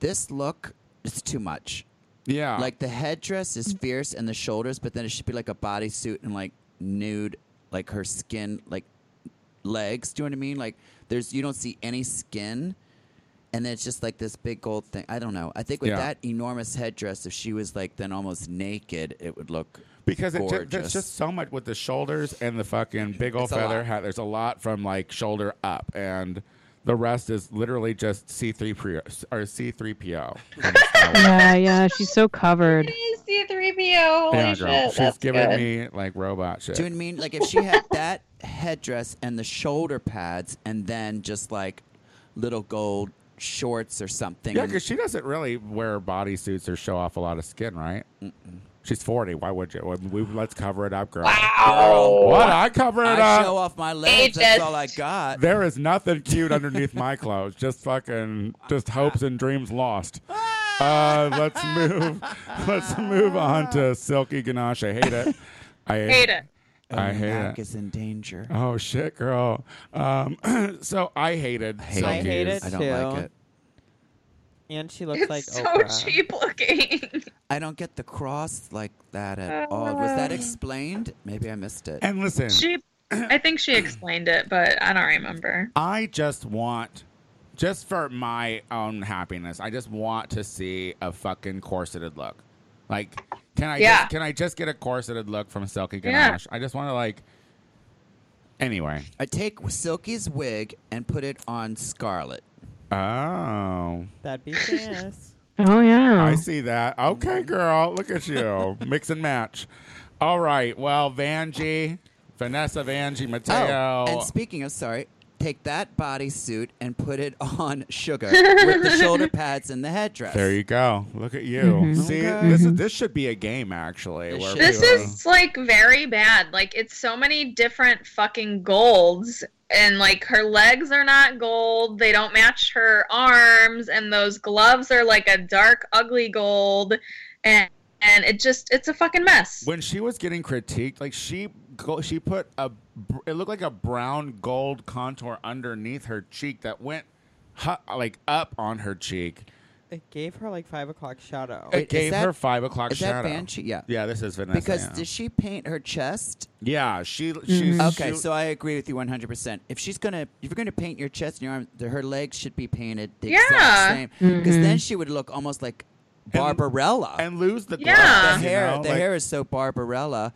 Speaker 6: this look is too much.
Speaker 1: Yeah,
Speaker 6: Like the headdress is fierce and the shoulders, but then it should be like a bodysuit and like nude, like her skin, like legs. Do you know what I mean? Like there's you don't see any skin, and then it's just like this big gold thing. I don't know. I think with
Speaker 1: Yeah.
Speaker 6: that enormous headdress, if she was like then almost naked, it would look
Speaker 1: Because it ju- there's
Speaker 6: Gorgeous.
Speaker 1: just so much with the shoulders and the fucking big old
Speaker 6: It's a
Speaker 1: feather
Speaker 6: lot.
Speaker 1: hat. There's a lot from like shoulder up, and the rest is literally just C three P or C three PO.
Speaker 4: yeah, yeah. She's so covered.
Speaker 3: C3PO. Holy
Speaker 1: Yeah,
Speaker 3: shit.
Speaker 1: girl, she's
Speaker 3: That's
Speaker 1: giving
Speaker 3: good.
Speaker 1: me like robot shit.
Speaker 6: Do you know what I mean? Like if she had that headdress and the shoulder pads, and then just like little gold shorts or something.
Speaker 1: yeah,
Speaker 6: and-
Speaker 1: because she doesn't really wear bodysuits or show off a lot of skin, right? She's forty. Why would you? We, we- let's cover it up, girl.
Speaker 3: Wow.
Speaker 1: What? I cover it
Speaker 6: I
Speaker 1: up.
Speaker 6: show off my legs. That's
Speaker 3: Ageist.
Speaker 6: all I got.
Speaker 1: There is nothing cute underneath my clothes. Just fucking, just hopes and dreams lost. Uh, let's move. Let's move on to Silky Ganache. I hate it. I
Speaker 3: Hate it.
Speaker 1: I
Speaker 6: Oh,
Speaker 1: hate
Speaker 6: Mac
Speaker 1: it.
Speaker 6: is in danger.
Speaker 1: Oh shit, girl. Um, [CLEARS THROAT] so I hated.
Speaker 6: hate
Speaker 1: Silky's.
Speaker 2: I hate it
Speaker 6: I don't
Speaker 2: too.
Speaker 6: like it.
Speaker 2: And she looks
Speaker 3: It's
Speaker 2: like
Speaker 3: so
Speaker 2: Oprah.
Speaker 3: cheap looking. [LAUGHS]
Speaker 6: I don't get the cross like that
Speaker 2: Oh,
Speaker 6: at all. Was that explained? Maybe I missed it.
Speaker 1: And listen,
Speaker 3: she, I think she explained it, but I don't remember.
Speaker 1: I just want, just for my own happiness, I just want to see a fucking corseted look. Like, can I?
Speaker 3: Yeah.
Speaker 1: Just, can I just get a corseted look from Silky
Speaker 3: Yeah.
Speaker 1: Ganache? I just want to like. Anyway,
Speaker 6: I take Silky's wig and put it on Scarlet.
Speaker 1: oh,
Speaker 2: That'd
Speaker 3: [LAUGHS]
Speaker 2: be fast.
Speaker 4: Oh
Speaker 1: I
Speaker 3: Hmm.
Speaker 4: yeah.
Speaker 1: see that. Okay, girl, look at
Speaker 3: [LAUGHS]
Speaker 1: you, mix and match. All right, well, Vanjie, Vanessa, Vanjie, Mateo.
Speaker 6: Oh, and speaking of, sorry, take that bodysuit and put it [LAUGHS] on Sugar
Speaker 2: [LAUGHS]
Speaker 6: with the shoulder pads and the headdress.
Speaker 1: there you go. Look at you. See,
Speaker 6: Okay.
Speaker 1: this is this should be a game actually.
Speaker 6: This
Speaker 1: where
Speaker 3: Mm-hmm.
Speaker 6: should-
Speaker 3: This
Speaker 1: we-
Speaker 3: is like very bad. Like it's so many different fucking golds and like her legs are not gold. They don't match her arms and those gloves are like a dark ugly gold and and it just it's a fucking mess.
Speaker 1: when she was getting critiqued, like she go, she put a br- it looked like a brown gold contour underneath her cheek that went hu- like up on her cheek.
Speaker 2: It gave her like five o'clock shadow.
Speaker 1: It
Speaker 6: Wait, is
Speaker 1: gave
Speaker 6: that-
Speaker 1: her five o'clock
Speaker 6: Is that
Speaker 1: shadow.
Speaker 6: Banshee? Yeah.
Speaker 1: Yeah, this is Vanessa.
Speaker 6: Because
Speaker 1: yeah.
Speaker 6: did she paint her chest?
Speaker 1: yeah, she she's
Speaker 4: Mm-hmm.
Speaker 6: Okay,
Speaker 1: she-
Speaker 6: so I agree with you 100%. If she's going to if you're going to paint your chest and your arms, the- her legs should be painted the
Speaker 3: Yeah.
Speaker 6: exact same because
Speaker 4: Mm-hmm.
Speaker 6: then she would look almost like Barbarella.
Speaker 1: and lose the
Speaker 3: Yeah.
Speaker 1: gloves,
Speaker 6: the
Speaker 1: you
Speaker 6: hair,
Speaker 1: know,
Speaker 6: the
Speaker 1: like-
Speaker 6: hair is so Barbarella.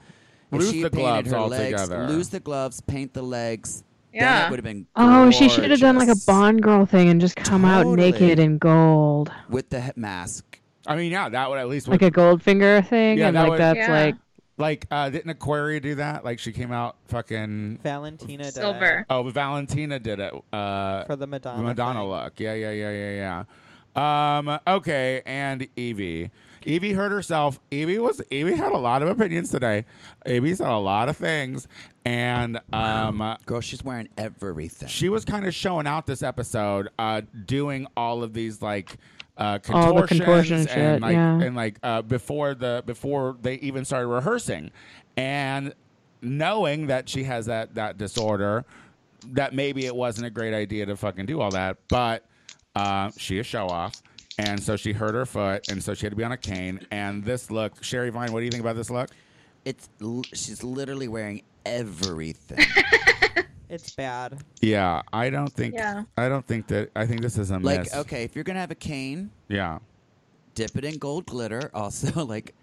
Speaker 6: If
Speaker 1: Lose
Speaker 6: she
Speaker 1: the
Speaker 6: painted
Speaker 1: gloves
Speaker 6: her legs,
Speaker 1: altogether.
Speaker 6: lose the gloves, paint the legs. Then
Speaker 3: Yeah.
Speaker 6: it would have been.
Speaker 4: Oh, she should have done like a
Speaker 6: gorgeous.
Speaker 4: Bond girl thing and just come out
Speaker 6: Totally.
Speaker 4: naked in gold,
Speaker 6: with the he- mask.
Speaker 1: I mean, yeah, that would at least
Speaker 4: like
Speaker 1: would-
Speaker 4: a Goldfinger thing,
Speaker 1: Yeah,
Speaker 4: and
Speaker 1: that
Speaker 4: like
Speaker 1: would-
Speaker 4: that's
Speaker 3: Yeah.
Speaker 4: like
Speaker 1: like uh, didn't Aquaria do that? Like she came out fucking.
Speaker 2: Valentina did it
Speaker 3: Silver.
Speaker 1: Oh, Valentina did it. Uh,
Speaker 2: for the Madonna.
Speaker 1: The Madonna
Speaker 2: thing.
Speaker 1: look. Yeah, yeah, yeah, yeah, yeah. Um, okay, and Evie. Evie hurt herself. Evie was Evie had a lot of opinions today. Evie said a lot of things, and um,
Speaker 6: Girl, she's wearing everything.
Speaker 1: she was kind of showing out this episode, uh, doing all of these like uh,
Speaker 4: All the
Speaker 1: contortions
Speaker 4: contortion
Speaker 1: and
Speaker 4: shit,
Speaker 1: like
Speaker 4: yeah.
Speaker 1: and like uh, before the before they even started rehearsing, and knowing that she has that that disorder, that maybe it wasn't a great idea to fucking do all that, but uh, she a show off. And so she hurt her foot, and so she had to be on a cane. And this look, Sherry Vine, what do you think about this look?
Speaker 6: it's l- she's literally wearing
Speaker 1: [LAUGHS]
Speaker 6: everything.
Speaker 2: It's bad.
Speaker 1: Yeah, I don't think.
Speaker 3: Yeah.
Speaker 1: I don't think that. I think this is a
Speaker 6: like,
Speaker 1: miss.
Speaker 6: okay, if you're gonna have a cane,
Speaker 1: Yeah.
Speaker 6: dip it in gold glitter. Also, [LAUGHS] like,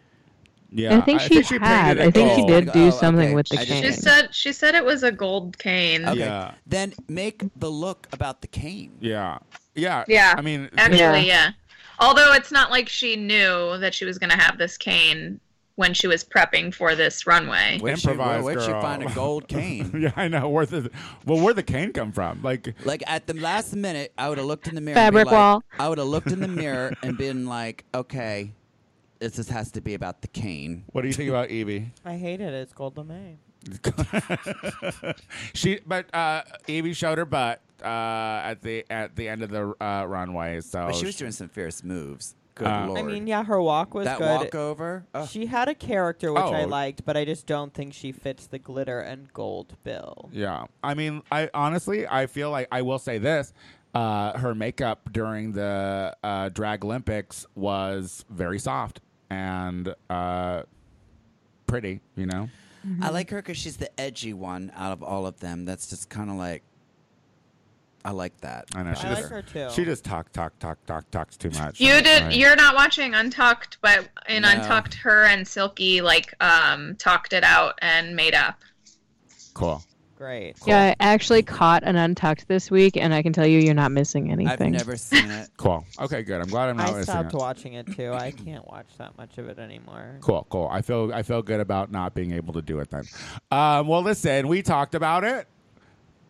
Speaker 1: Yeah,
Speaker 4: I think she had.
Speaker 1: painted it
Speaker 4: I think she
Speaker 1: gold.
Speaker 4: did
Speaker 6: Oh,
Speaker 4: do
Speaker 6: okay.
Speaker 4: something with the
Speaker 6: I just-
Speaker 4: cane.
Speaker 3: She said she said it was a gold cane.
Speaker 6: okay,
Speaker 1: Yeah.
Speaker 6: then make the look about the cane.
Speaker 1: Yeah, yeah,
Speaker 3: Yeah.
Speaker 1: I mean,
Speaker 3: Actually, yeah. Although it's not like she knew that she was going to have this cane when she was prepping for this runway.
Speaker 6: Where'd she-
Speaker 1: Improvise,
Speaker 6: where'd she
Speaker 1: girl.
Speaker 6: find a
Speaker 1: [LAUGHS]
Speaker 6: gold cane?
Speaker 1: [LAUGHS] yeah, I know. Where the well, where the cane come from? Like,
Speaker 6: Like at the last minute, I would have looked in the mirror.
Speaker 4: Fabric
Speaker 6: and been like,
Speaker 4: wall.
Speaker 6: I would have
Speaker 1: [LAUGHS]
Speaker 6: looked in the mirror and been like, okay, this just has to be about the cane.
Speaker 1: what do you think about Evie?
Speaker 2: I hate it. It's Golda Meir.
Speaker 1: she, but uh, Evie showed her butt uh, at the at the end of the uh, runway. So
Speaker 6: But she was doing some fierce moves. Good
Speaker 1: Uh, I
Speaker 6: lord!
Speaker 2: I mean, yeah, her walk was
Speaker 6: that
Speaker 2: good.
Speaker 6: walkover. Ugh.
Speaker 2: She had a character which I
Speaker 1: uh, Oh.
Speaker 2: liked, but I just don't think she fits the glitter and gold bill.
Speaker 1: Yeah. I mean, I honestly, I feel like I will say this. Uh, her makeup during the uh, drag Olympics was very soft and uh, pretty, you know?
Speaker 6: I like her because she's the edgy one out of all of them. That's just kind of like, I like that.
Speaker 1: I know she
Speaker 2: I like
Speaker 1: just
Speaker 2: her too.
Speaker 1: she just talk talk talk talk talks too much.
Speaker 3: You did.
Speaker 1: Right.
Speaker 3: You're not watching Untucked, but in
Speaker 6: No.
Speaker 3: Untucked, her and Silky like um talked it out and made up.
Speaker 1: cool.
Speaker 2: Great.
Speaker 4: Yeah, I actually caught an untucked this week, and I can tell you, you're not missing
Speaker 6: I've
Speaker 4: anything.
Speaker 6: never seen it.
Speaker 1: Cool. Okay, good. I'm glad I'm not
Speaker 2: I
Speaker 1: missing
Speaker 2: stopped
Speaker 1: it.
Speaker 2: watching it too. I can't watch that much of it anymore.
Speaker 1: Cool, cool. I feel I feel good about not being able to do it then. Um, well, listen, we talked about it,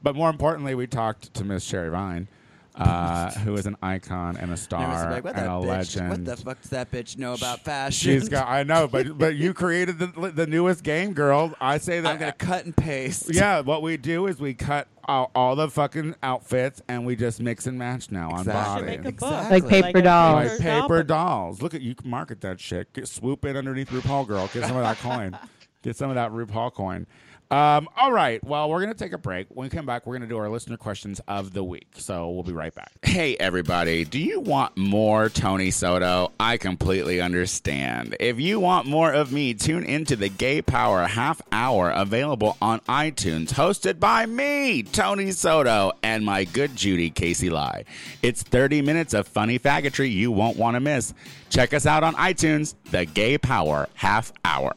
Speaker 1: but more importantly, we talked to Miss Sherry Vine, uh, who is an icon and a
Speaker 6: And I
Speaker 1: [LAUGHS]
Speaker 6: was
Speaker 1: star
Speaker 6: like, what
Speaker 1: and
Speaker 6: that
Speaker 1: a
Speaker 6: bitch-
Speaker 1: legend.
Speaker 6: What the fuck does that bitch know about fashion?
Speaker 1: She's got. I know, but but you created the the newest game, girl. I say that.
Speaker 6: I'm gonna cut and paste.
Speaker 1: yeah, what we do is we cut all, all the fucking outfits and we just mix and match now
Speaker 6: Exactly.
Speaker 2: Should
Speaker 1: on
Speaker 2: make
Speaker 1: body.
Speaker 2: a book.
Speaker 6: Like
Speaker 4: paper
Speaker 2: a
Speaker 4: dolls.
Speaker 1: Like paper dolls. Look at you can market that shit. Get, swoop in underneath RuPaul girl. Get some of that coin. Get some of that RuPaul coin. Um, all right. Well, we're gonna take a break. When we come back, we're gonna do our listener questions of the week. So we'll be right back. Hey everybody, do you want more Tony Soto? I completely understand. If you want more of me, tune into the Gay Power half hour available on iTunes, hosted by me, Tony Soto, and my good Judy Casey Lai. It's 30 minutes of funny faggotry you won't want to miss. Check us out on iTunes, the Gay Power half hour.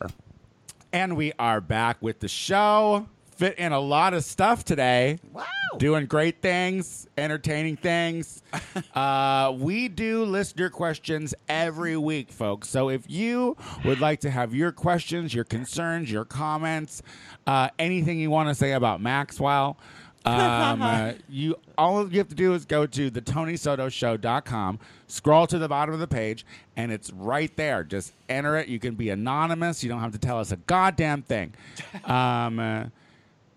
Speaker 1: And we are back with the show. Fit in a lot of stuff today. Wow. Doing great things, entertaining things. uh, we do listener questions every week, folks. So if you would like to have your questions, your concerns, your comments, uh, anything you want to say about Maxwell, um, uh, you all you have to do is go to the tonysotoshow.com scroll to the bottom of the page and it's right there just enter it you can be anonymous you don't have to tell us a goddamn thing um, uh,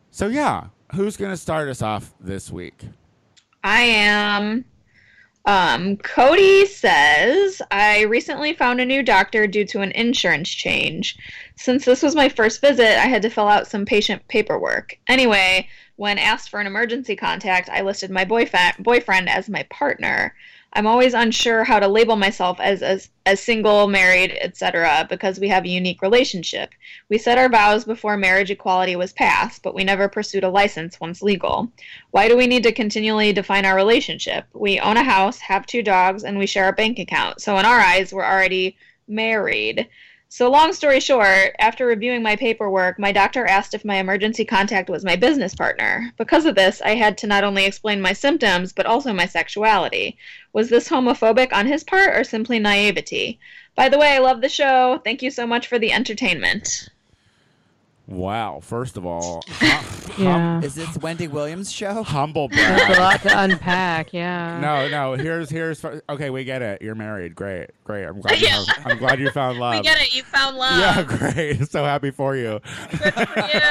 Speaker 1: so yeah who's gonna start us off this week
Speaker 3: I am. Um, Cody says, I recently found a new doctor due to an insurance change. Since this was my first visit, I had to fill out some patient paperwork. Anyway, when asked for an emergency contact, I listed my boyfriend boyfriend as my partner. I'm always unsure how to label myself as as, as single, married, etc. because we have a unique relationship. We said our vows before marriage equality was passed, but we never pursued a license once legal. Why do we need to continually define our relationship? We own a house, have two dogs, and we share a bank account. So, in our eyes, we're already married. So, long story short, after reviewing my paperwork, my doctor asked if my emergency contact was my business partner. Because of this, I had to not only explain my symptoms, but also my sexuality. Was this homophobic on his part or simply naivety? By the way, I love the show. Thank you so much for the entertainment.
Speaker 1: wow first of
Speaker 3: [LAUGHS]
Speaker 1: all hum-
Speaker 4: Yeah,
Speaker 6: Is this Wendy Williams show?
Speaker 1: humble
Speaker 4: [LAUGHS] It's a
Speaker 1: brag
Speaker 4: lot to unpack. Yeah.
Speaker 1: no no here's here's okay we get it you're married great great i'm glad you,
Speaker 3: Yeah.
Speaker 1: found- I'm glad you
Speaker 3: [LAUGHS]
Speaker 1: found love
Speaker 3: it. You found
Speaker 1: [LAUGHS]
Speaker 3: love.
Speaker 1: yeah great so happy for
Speaker 3: [LAUGHS]
Speaker 1: you [LAUGHS]
Speaker 3: Good for you.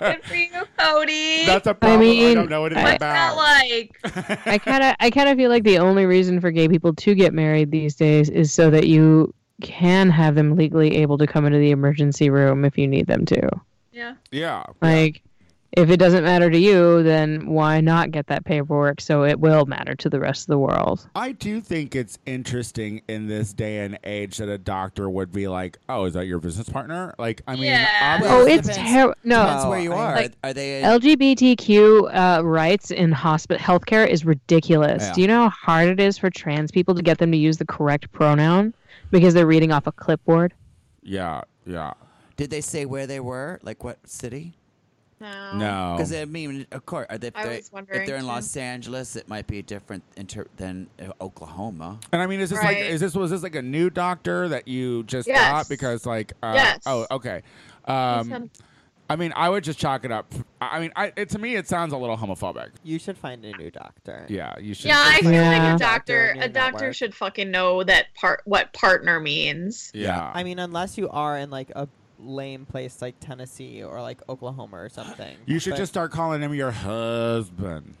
Speaker 3: Good for you, Cody.
Speaker 1: That's a problem. I,
Speaker 4: mean,
Speaker 1: don't know what it's
Speaker 4: I-
Speaker 3: What's that
Speaker 1: about.
Speaker 3: like?
Speaker 4: I kind of, I kind of feel like the only reason for gay people to get married these days is so that you can have them legally able to come into the emergency room if you need them to.
Speaker 3: Yeah.
Speaker 1: yeah.
Speaker 4: Like, if it doesn't matter to you, then why not get that paperwork so it will matter to the rest of the world?
Speaker 1: I do think it's interesting in this day and age that a doctor would be like, "Oh, is that your business partner?" Like, I mean,
Speaker 3: Yeah.
Speaker 1: obvi-
Speaker 6: Well,
Speaker 4: oh,
Speaker 6: it
Speaker 4: it's
Speaker 6: depends-
Speaker 4: terrible. No,
Speaker 6: Depends where you
Speaker 4: I-
Speaker 6: are.
Speaker 4: like,
Speaker 6: are they?
Speaker 4: LGBTQ uh, rights in hospital healthcare is ridiculous.
Speaker 1: Yeah.
Speaker 4: Do you know how hard it is for trans people to get them to use the correct pronoun because they're reading off a clipboard?
Speaker 1: yeah, yeah,
Speaker 6: did they say where they were? Like what city?
Speaker 3: No.
Speaker 1: no,
Speaker 6: Because I mean, of course, are they, if,
Speaker 3: I
Speaker 6: they,
Speaker 3: was wondering,
Speaker 6: if they're in
Speaker 3: too.
Speaker 6: Los Angeles, it might be different inter- than uh, Oklahoma.
Speaker 1: and I mean, is this like,
Speaker 3: Right.
Speaker 1: is this was this like a new doctor that you just
Speaker 3: Yes.
Speaker 1: got because like, uh,
Speaker 3: Yes.
Speaker 1: oh, okay. Um, I mean, I would just chalk it up. I I mean, I, it, to me, it sounds a little homophobic.
Speaker 2: You should find a new doctor.
Speaker 1: Yeah, you should.
Speaker 3: Yeah, I feel like
Speaker 4: Yeah.
Speaker 3: a doctor.
Speaker 2: Doctor
Speaker 3: A
Speaker 2: in your
Speaker 3: doctor
Speaker 2: network.
Speaker 3: should fucking know that part. What
Speaker 1: [LAUGHS]
Speaker 3: partner means.
Speaker 1: yeah.
Speaker 2: I mean, unless you are in like a lame place like Tennessee or like Oklahoma or something.
Speaker 1: You should
Speaker 2: But-
Speaker 1: just start calling him your
Speaker 3: [LAUGHS]
Speaker 1: husband.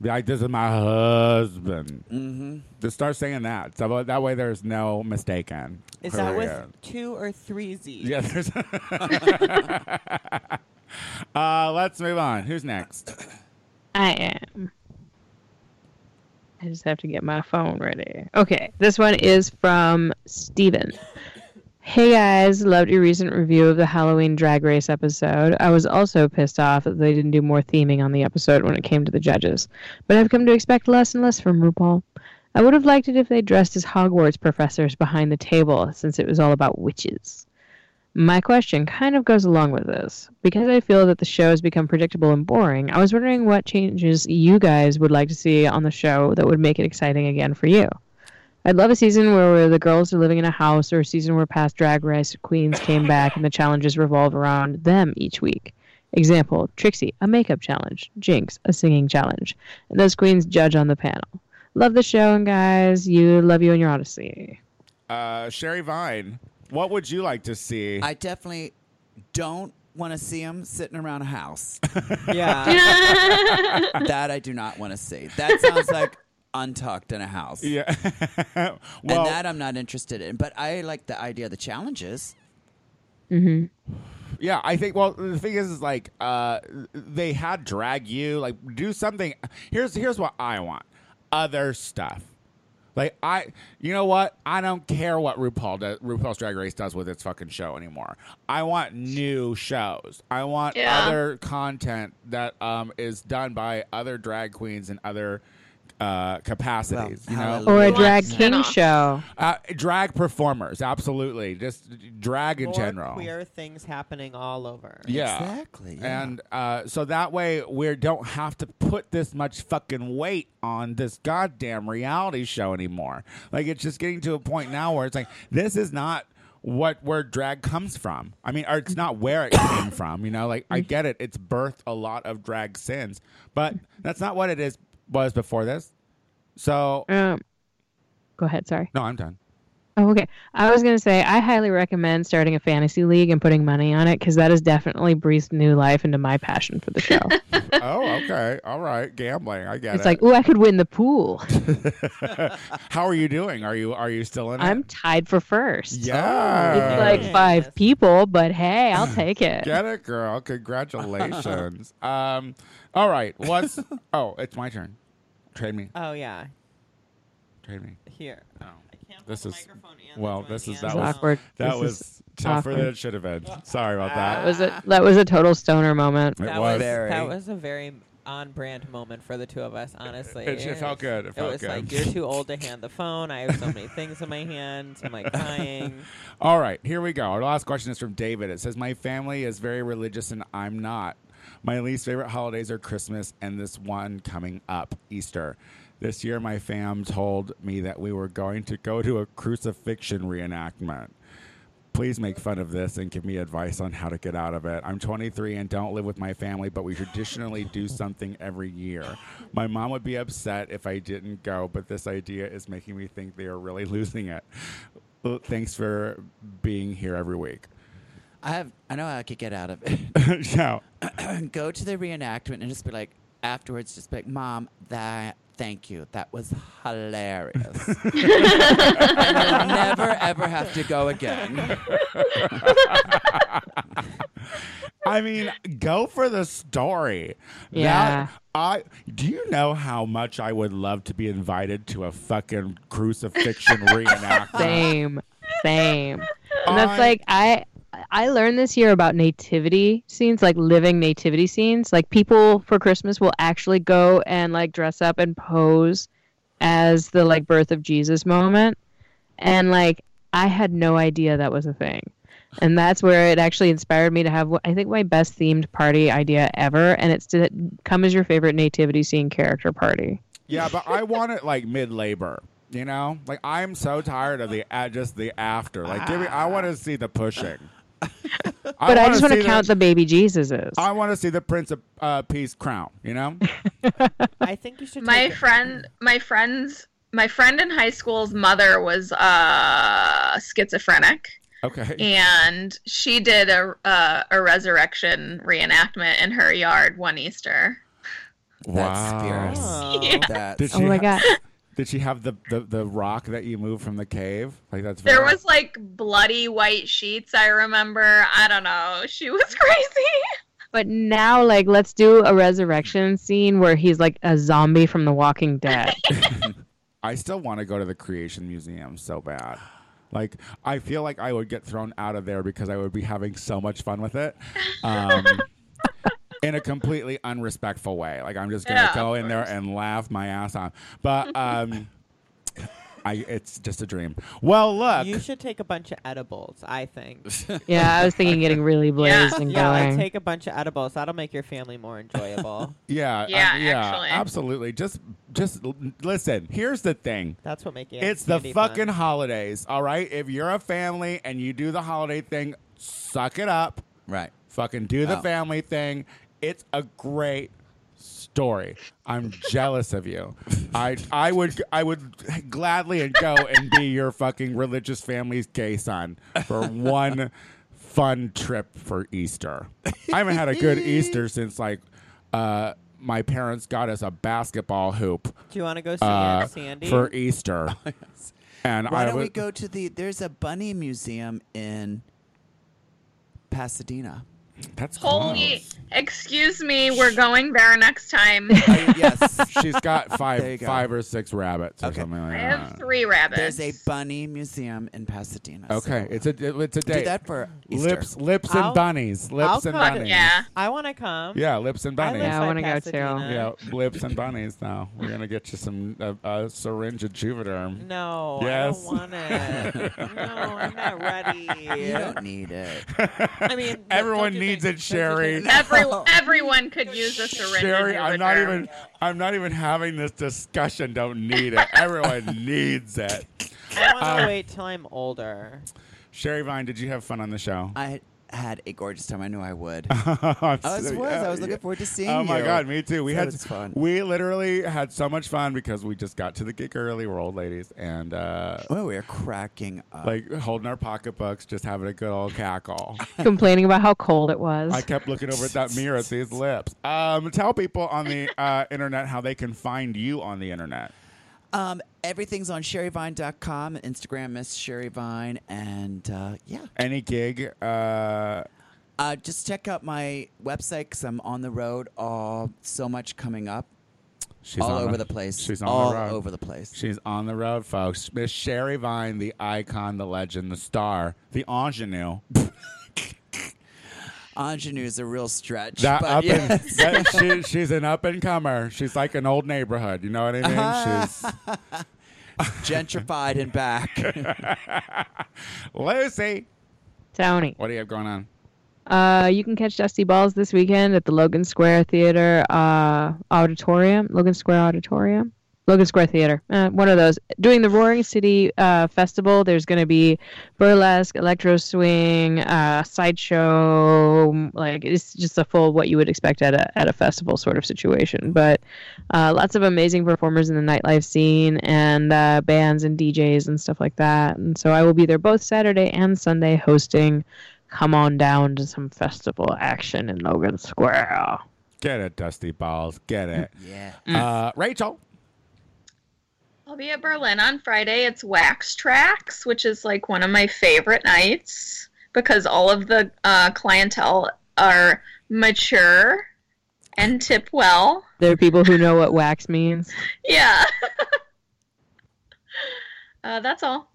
Speaker 1: Be like, this is my husband.
Speaker 6: Mm-hmm.
Speaker 1: Just start saying that. So that way there's no mistaken.
Speaker 2: Is
Speaker 1: who
Speaker 2: that
Speaker 1: we
Speaker 2: with
Speaker 1: are.
Speaker 2: two or three Z's?
Speaker 1: Yeah,
Speaker 2: [LAUGHS]
Speaker 1: there's. [LAUGHS] uh, let's move on. Who's next?
Speaker 4: I am. I just have to get my phone ready. Okay, this one is from Steven. Hey guys, loved your recent review of the Halloween Drag Race episode. I was also pissed off that they didn't do more theming on the episode when it came to the judges, but I've come to expect less and less from RuPaul. I would have liked it if they dressed as Hogwarts professors behind the table, since it was all about witches. My question kind of goes along with this. Because I feel that the show has become predictable and boring, I was wondering what changes you guys would like to see on the show that would make it exciting again for you. I'd love a season where the girls are living in a house or a season where past drag race queens came back and the challenges revolve around them each week. Example Trixie, a makeup challenge, Jinx, a singing challenge, and those queens judge on the panel. Love the show and guys, you love you and your Odyssey.
Speaker 1: Uh, Sherry Vine, what would you like to see?
Speaker 6: I definitely don't want to see them sitting around
Speaker 1: [LAUGHS]
Speaker 6: a house.
Speaker 2: Yeah.
Speaker 6: that I do not want to see. That sounds like untucked in a house.
Speaker 1: yeah. [LAUGHS] well,
Speaker 6: and that I'm not interested in. But I like the idea of the challenges.
Speaker 1: yeah, I think. Well, the thing is, is like uh, they had drag you like do something. Here's here's what I want: other stuff. Like I, you know what? I don't care what RuPaul does, RuPaul's Drag Race does with its fucking show anymore. I want new shows. I want
Speaker 3: Yeah.
Speaker 1: other content that um, is done by other drag queens and other uh, capacities. you know,
Speaker 6: hallelujah.
Speaker 4: Or a
Speaker 3: Lots
Speaker 4: drag
Speaker 3: of
Speaker 4: king
Speaker 3: spin-offs.
Speaker 4: show.
Speaker 1: Uh, drag performers, absolutely. Just drag in
Speaker 2: More
Speaker 1: general.
Speaker 2: queer things happening all over.
Speaker 1: Yeah.
Speaker 6: Exactly. yeah.
Speaker 1: And uh, so that way we don't have to put this much fucking weight on this goddamn reality show anymore. Like it's just getting to a point now where it's like this is not what where drag comes from. I mean, or it's not where it came [COUGHS] from. You know, like I get it. It's birthed a lot of drag sins, but that's not what it is was before this. So
Speaker 4: Um, go ahead, sorry.
Speaker 1: no, I'm done.
Speaker 4: Oh, okay. I was going to say, I highly recommend starting a fantasy league and putting money on it because that has definitely breathed new life into my passion
Speaker 1: [LAUGHS]
Speaker 4: for the show.
Speaker 1: oh, okay, all right, gambling. I get
Speaker 4: it's
Speaker 1: it.
Speaker 4: like, ooh, I could win the pool.
Speaker 1: [LAUGHS] How are you doing? Are you are you still in it?
Speaker 4: I'm tied for first.
Speaker 1: Yeah.
Speaker 4: It's like five people, but
Speaker 1: [CLEARS THROAT]
Speaker 4: hey, I'll take it.
Speaker 1: Get it, girl. Congratulations. [LAUGHS] um, all right.
Speaker 4: [LAUGHS]
Speaker 1: What's oh, it's my turn. Trade me.
Speaker 2: Oh yeah.
Speaker 1: Trade me.
Speaker 2: Here.
Speaker 1: Oh.
Speaker 2: I can't hold
Speaker 1: This
Speaker 2: the
Speaker 1: is-
Speaker 2: microphone and the
Speaker 1: well,
Speaker 2: joint
Speaker 1: this is-
Speaker 2: and
Speaker 1: that
Speaker 4: It's
Speaker 2: the
Speaker 1: was-
Speaker 2: phone.
Speaker 4: awkward.
Speaker 1: That
Speaker 4: This is-
Speaker 1: was ah. tougher than
Speaker 4: awkward.
Speaker 1: it should have been. Sorry about
Speaker 4: that
Speaker 1: that.
Speaker 4: was a that was a total stoner moment.
Speaker 1: it
Speaker 2: that
Speaker 1: was.
Speaker 2: that
Speaker 6: Very.
Speaker 2: was a very on brand moment for the two of us, honestly.
Speaker 1: It- it felt good. It felt
Speaker 2: was
Speaker 1: good.
Speaker 2: like you're too old to hand the phone. I have so many things in my hands. I'm
Speaker 1: [LAUGHS]
Speaker 2: like crying.
Speaker 1: All right, here we go. Our last question is from David. It says, My family is very religious and I'm not. My least favorite holidays are Christmas and this one coming up, Easter. This year, my fam told me that we were going to go to a crucifixion reenactment. Please make fun of this and give me advice on how to get out of it. I'm 23 and don't live with my family, but we traditionally do something every year. My mom would be upset if I didn't go, but this idea is making me think they are really [LAUGHS] losing it. Well, Thanks for being here every week. [LAUGHS]
Speaker 6: I have. I know how I could get out of it.
Speaker 1: yeah.
Speaker 6: and go to the reenactment and just be like afterwards just be like mom that thank you that was
Speaker 1: [LAUGHS]
Speaker 6: hilarious And you'll never ever have to go again
Speaker 1: I mean, go for the story.
Speaker 4: Yeah.
Speaker 1: That, I do you know how much I would love to be invited to a fucking
Speaker 4: [LAUGHS]
Speaker 1: crucifixion reenactment?
Speaker 4: Same, same. And
Speaker 1: I-
Speaker 4: that's like I I learned this year about nativity scenes, like living nativity scenes. Like people for Christmas will actually go and like dress up and pose as the like birth of Jesus moment. And like I had no idea that was a thing. And that's where it actually inspired me to have what I think my best themed party idea ever and it's to come as your favorite nativity scene character party.
Speaker 1: Yeah, but I want it like mid labor. You know, like I'm so tired of the uh, just the after. Like, give me. I want to see the
Speaker 4: [LAUGHS]
Speaker 1: pushing.
Speaker 4: Ah. But I, just want
Speaker 1: see
Speaker 4: to count the, baby Jesuses.
Speaker 1: I want to see the Prince of uh, Peace crown. You know.
Speaker 2: I think you should.
Speaker 3: [LAUGHS] my
Speaker 2: take it.
Speaker 3: friend my friend's my friend in high school's mother was uh schizophrenic
Speaker 4: [LAUGHS]
Speaker 1: Okay.
Speaker 3: and she did a uh, a resurrection reenactment in her yard one easter
Speaker 6: that's
Speaker 1: Wow.
Speaker 6: spirits
Speaker 2: Oh.
Speaker 3: Yeah.
Speaker 6: that's
Speaker 1: Did
Speaker 4: oh my god.
Speaker 1: Did she have the, the, the rock that you moved from the cave? Like that's
Speaker 3: there
Speaker 1: very-
Speaker 3: was like bloody white sheets i remember i don't know she was [LAUGHS] crazy
Speaker 4: But now, like, let's do a resurrection scene where he's like a
Speaker 2: [LAUGHS]
Speaker 4: zombie from The Walking Dead.
Speaker 1: I still want to go to the Creation Museum so bad. Like I feel like I would get thrown out of there because I would be having so much fun with it.
Speaker 3: [LAUGHS]
Speaker 1: Um, in a completely unrespectful way. Like I'm just gonna
Speaker 3: Yeah,
Speaker 1: go
Speaker 3: of
Speaker 1: in there
Speaker 3: course.
Speaker 1: and laugh my ass off. But um I it's just a dream. Well look
Speaker 2: You should take a bunch of edibles, I
Speaker 1: [LAUGHS]
Speaker 2: think.
Speaker 4: Yeah, I was thinking getting really blazed and
Speaker 2: yeah, like
Speaker 4: going.
Speaker 2: take a bunch of edibles. That'll make your family more
Speaker 1: [LAUGHS]
Speaker 2: enjoyable.
Speaker 1: Yeah, uh,
Speaker 3: Yeah,
Speaker 1: yeah,
Speaker 3: actually.
Speaker 1: absolutely. Just, just l- listen. Here's the thing.
Speaker 2: That's what making
Speaker 1: it's the
Speaker 2: candy fun.
Speaker 1: fucking holidays, all right. If you're a family and you do the holiday thing, suck it up.
Speaker 6: Right.
Speaker 1: Fucking do the
Speaker 6: Oh.
Speaker 1: family thing. It's a great story. I'm jealous of you. I I would I would gladly go and be your fucking religious family's gay son for one fun trip for Easter. I haven't had a
Speaker 6: [LAUGHS]
Speaker 1: good Easter since like uh my parents got us a basketball hoop
Speaker 2: Do you want to go see
Speaker 1: uh,
Speaker 2: Aunt Sandy?
Speaker 1: for
Speaker 6: [LAUGHS]
Speaker 1: Easter. And
Speaker 6: Oh, Why
Speaker 1: I
Speaker 6: don't
Speaker 1: would,
Speaker 6: we go to the? There's a bunny museum in
Speaker 1: [LAUGHS]
Speaker 6: Pasadena.
Speaker 1: That's
Speaker 3: Holy,
Speaker 1: close.
Speaker 3: excuse me, we're going there
Speaker 1: [LAUGHS]
Speaker 3: next time.
Speaker 6: I- Oh, yes.
Speaker 1: She's
Speaker 6: [LAUGHS]
Speaker 1: got
Speaker 6: There you
Speaker 1: five
Speaker 6: go.
Speaker 1: five or six rabbits or
Speaker 6: Okay.
Speaker 1: something like
Speaker 3: I
Speaker 1: that.
Speaker 3: have three rabbits.
Speaker 6: There's a bunny museum in Pasadena. so
Speaker 1: Okay, it's a it's a
Speaker 6: do
Speaker 1: date.
Speaker 6: that for Easter.
Speaker 1: lips [LAUGHS] lips and
Speaker 2: I'll-
Speaker 1: bunnies, lips
Speaker 2: I'll
Speaker 1: and
Speaker 2: come.
Speaker 1: bunnies.
Speaker 3: yeah.
Speaker 2: I want to come.
Speaker 1: Yeah, lips and
Speaker 2: I
Speaker 1: bunnies.
Speaker 2: live
Speaker 4: Yeah, I
Speaker 2: by
Speaker 4: wanna go too.
Speaker 2: Pasadena.
Speaker 1: Yeah, lips and bunnies. Now we're gonna get you some uh, a syringe of
Speaker 3: [LAUGHS]
Speaker 1: Juvederm.
Speaker 2: No,
Speaker 1: Yes.
Speaker 2: I don't want it. no, I'm
Speaker 1: [LAUGHS]
Speaker 2: not
Speaker 6: You
Speaker 2: ready.
Speaker 6: don't need it.
Speaker 2: I mean, don't
Speaker 1: Everyone
Speaker 2: you
Speaker 1: needs it,
Speaker 2: think- don't you
Speaker 1: Sherry. [LAUGHS]
Speaker 2: think-
Speaker 3: Every, everyone could use a syringe.
Speaker 1: Oh. Sherry,
Speaker 3: of
Speaker 1: I'm not
Speaker 3: Juvederm.
Speaker 1: even I'm not even having this discussion. Don't need it.
Speaker 6: [LAUGHS]
Speaker 1: Everyone needs it.
Speaker 2: I
Speaker 1: Uh,
Speaker 2: want to wait till I'm older.
Speaker 1: Sherry Vine, did you have fun on the show? [LAUGHS]
Speaker 6: I had a gorgeous time. I knew I would.
Speaker 1: I
Speaker 6: I was, was. I was looking forward to seeing
Speaker 1: Oh
Speaker 6: you.
Speaker 1: my god, me too. We
Speaker 6: So
Speaker 1: had
Speaker 6: it's fun.
Speaker 1: we literally had so much fun because we just got to the gig early. We're old ladies and uh,
Speaker 6: Oh, we are cracking up.
Speaker 1: like holding our pocketbooks, just having a good old
Speaker 6: [LAUGHS]
Speaker 1: cackle.
Speaker 4: Complaining about how cold it was.
Speaker 1: I kept looking over at that mirror at these lips. Um, tell people on the
Speaker 6: [LAUGHS]
Speaker 1: uh, internet how they can find you on the internet.
Speaker 6: um, everything's on sherryvine.com. Instagram is sherryvine, and uh, yeah,
Speaker 1: Any gig? Uh,
Speaker 6: uh, just check out my website because I'm on the road. All so much coming up,
Speaker 1: she's
Speaker 6: all
Speaker 1: on
Speaker 6: over the place.
Speaker 1: She's on
Speaker 6: all
Speaker 1: the road.
Speaker 6: over the place.
Speaker 1: She's on the road, folks. Miss Sherry Vine, the icon, the legend, the star, the
Speaker 6: [LAUGHS]
Speaker 1: ingenue.
Speaker 6: Ingenue is a real stretch.
Speaker 1: That
Speaker 6: but
Speaker 1: up
Speaker 6: yeah.
Speaker 1: and, [LAUGHS] that, she, she's an up and comer. She's like an old neighborhood. You know what I mean?
Speaker 6: Uh-huh.
Speaker 1: She's
Speaker 6: [LAUGHS] gentrified
Speaker 1: [LAUGHS]
Speaker 6: and back.
Speaker 1: Lucy.
Speaker 4: Tony.
Speaker 1: What do you have going on?
Speaker 4: Uh, you can catch Dusty Balls this weekend at the Logan Square Theater uh, Auditorium. Logan Square Auditorium? Logan Square Theater. Uh, one of those. Doing the Roaring City uh, Festival, there's going to be burlesque, electro swing, uh, sideshow. m- Like, it's just a full what you would expect at a, at a festival sort of situation. But uh, lots of amazing performers in the nightlife scene and uh, bands and DJs and stuff like that. And so I will be there both Saturday and Sunday hosting come on down to some festival action in Logan Square.
Speaker 1: Get it, Dusty Balls. Get it.
Speaker 6: yeah.
Speaker 1: Uh, Rachel.
Speaker 3: I'll be at Berlin on Friday. It's Wax Tracks, which is like one of my favorite nights because all of the uh, clientele are mature and tip well.
Speaker 4: There are people who know what wax means.
Speaker 3: Yeah. [LAUGHS] uh, that's all.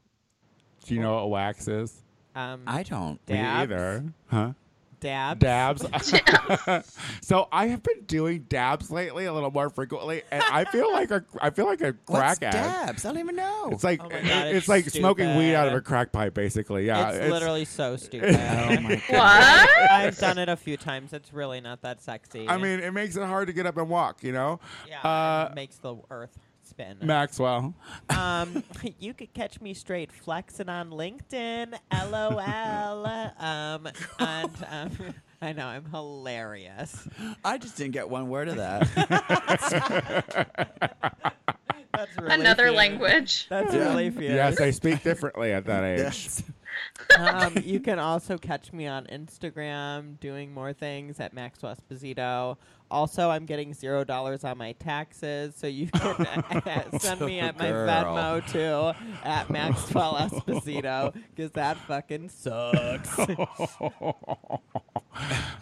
Speaker 1: Do you know what wax is?
Speaker 2: Um,
Speaker 6: I don't.
Speaker 2: dabs,
Speaker 1: Me either. Huh?
Speaker 2: Dabs. [LAUGHS]
Speaker 1: Dabs. [LAUGHS] so I have been doing dabs lately a little more frequently, and I
Speaker 2: [LAUGHS]
Speaker 1: feel like a I feel like a
Speaker 6: What's
Speaker 1: crack ass.
Speaker 6: dabs? I don't even know.
Speaker 1: It's like
Speaker 2: Oh my God,
Speaker 1: it's,
Speaker 2: it's
Speaker 1: like smoking weed out of a
Speaker 2: stupid.
Speaker 1: crack pipe, basically. Yeah,
Speaker 2: it's,
Speaker 1: it's- [LAUGHS]
Speaker 2: literally so stupid.
Speaker 6: oh my god.
Speaker 2: [LAUGHS]
Speaker 3: What?
Speaker 2: I've done it a few times. It's really not that sexy.
Speaker 1: I mean, it makes it hard to get up and walk. You know,
Speaker 2: yeah,
Speaker 1: uh,
Speaker 2: it makes the earth spin.
Speaker 1: Maxwell.
Speaker 2: [LAUGHS]
Speaker 1: [LAUGHS]
Speaker 2: um, you could catch me straight flexing
Speaker 1: [LAUGHS]
Speaker 2: on LinkedIn. LOL. um, and um, [LAUGHS] I know I'm hilarious.
Speaker 6: I just didn't get one word of that.
Speaker 2: That's really
Speaker 3: Another
Speaker 2: few.
Speaker 3: language.
Speaker 2: That's
Speaker 6: Yeah.
Speaker 2: really fierce.
Speaker 1: Yes, I speak differently at that age.
Speaker 6: [LAUGHS] Yes.
Speaker 1: [LAUGHS]
Speaker 2: um, you can also catch me on Instagram doing more things at Max Esposito. Also, I'm getting zero dollars on my taxes, so you can
Speaker 1: [LAUGHS]
Speaker 2: [LAUGHS] send me at my
Speaker 6: Girl.
Speaker 2: Venmo too
Speaker 1: [LAUGHS]
Speaker 2: at Maxwell Esposito because that fucking sucks.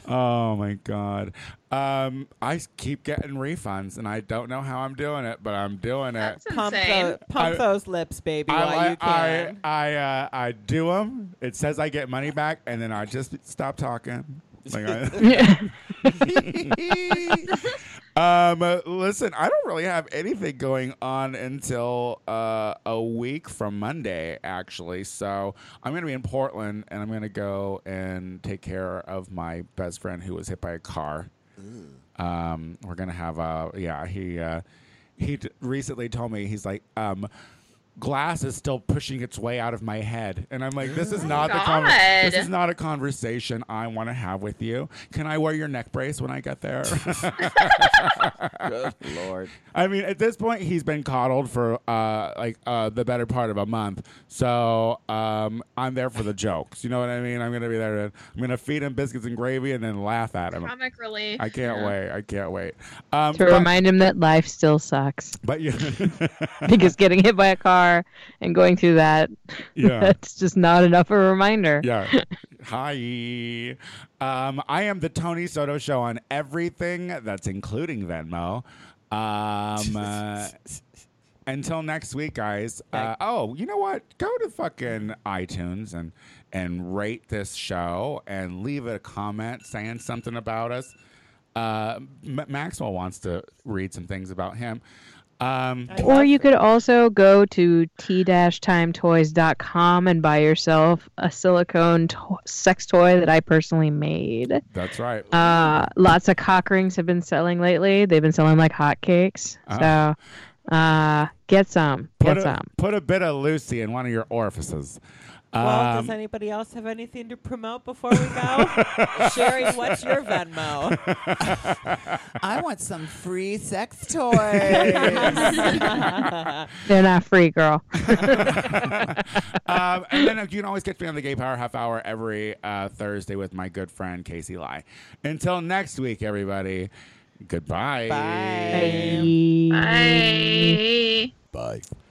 Speaker 1: oh my god. Um, I keep getting refunds, and I don't know how I'm doing it, but I'm doing it.
Speaker 3: That's
Speaker 2: Pump,
Speaker 3: insane.
Speaker 2: tho- pump
Speaker 1: I-
Speaker 2: those lips, baby, while
Speaker 1: I,
Speaker 2: you
Speaker 1: I,
Speaker 2: can.
Speaker 1: I, uh, I do them. It says I get money back, and then I just stop talking. Like
Speaker 2: [LAUGHS]
Speaker 1: I, [LAUGHS] um, uh, listen, I don't really have anything going on until uh, a week from Monday, actually. So I'm going to be in Portland, and I'm going to go and take care of my best friend who was hit by a car. Um, we're gonna have a yeah. He uh, he d- recently told me he's like um, glass is still pushing its way out of my head, and I'm like, this is not the con- this
Speaker 3: God.
Speaker 1: is not a conversation I want to have with you. Can I wear your neck brace when I get there? [LAUGHS]
Speaker 6: [LAUGHS] Good lord.
Speaker 1: I mean, at this point, he's been coddled for uh, like uh, the better part of a month. So um, I'm there for the jokes. You know what I mean? I'm gonna be there. To, I'm gonna feed him biscuits and gravy, and then laugh at him.
Speaker 3: Comic relief.
Speaker 1: I can't wait. I can't wait. Um,
Speaker 4: to
Speaker 1: but-
Speaker 4: remind him that life still sucks [LAUGHS]
Speaker 1: But you,
Speaker 4: because getting hit by a car and going through that
Speaker 1: [LAUGHS] yeah,
Speaker 4: that's just not enough of a reminder
Speaker 1: yeah. Hi. Um, I am the Tony Soto Show on everything that's including Venmo. Um,
Speaker 6: [LAUGHS]
Speaker 1: uh, until next week, guys. Uh, oh, you know what? Go to fucking iTunes and and rate this show and leave a comment saying something about us. Uh, M- Maxwell wants to read some things about him. Um,
Speaker 4: Or you could also go to t-timetoys.com and buy yourself a silicone to- sex toy that I personally made.
Speaker 1: that's right.
Speaker 4: Uh, lots of cock rings have been selling lately. They've been selling like hotcakes. So uh, get some.
Speaker 1: Ah. put
Speaker 4: Get
Speaker 1: a,
Speaker 4: some.
Speaker 1: put a bit of Lucy in one of your orifices.
Speaker 2: well,
Speaker 1: Um,
Speaker 2: does anybody else have anything to promote before
Speaker 1: [LAUGHS]
Speaker 2: we go? Sherry, what's your Venmo?
Speaker 6: I want some free sex toys.
Speaker 4: They're not free, girl.
Speaker 1: um, and then you can always catch me on the Gay Power Half Hour every uh, Thursday with my good friend Casey Lai. Until next week, everybody. Goodbye.
Speaker 2: Bye.
Speaker 4: Bye.
Speaker 3: Bye.
Speaker 6: Bye.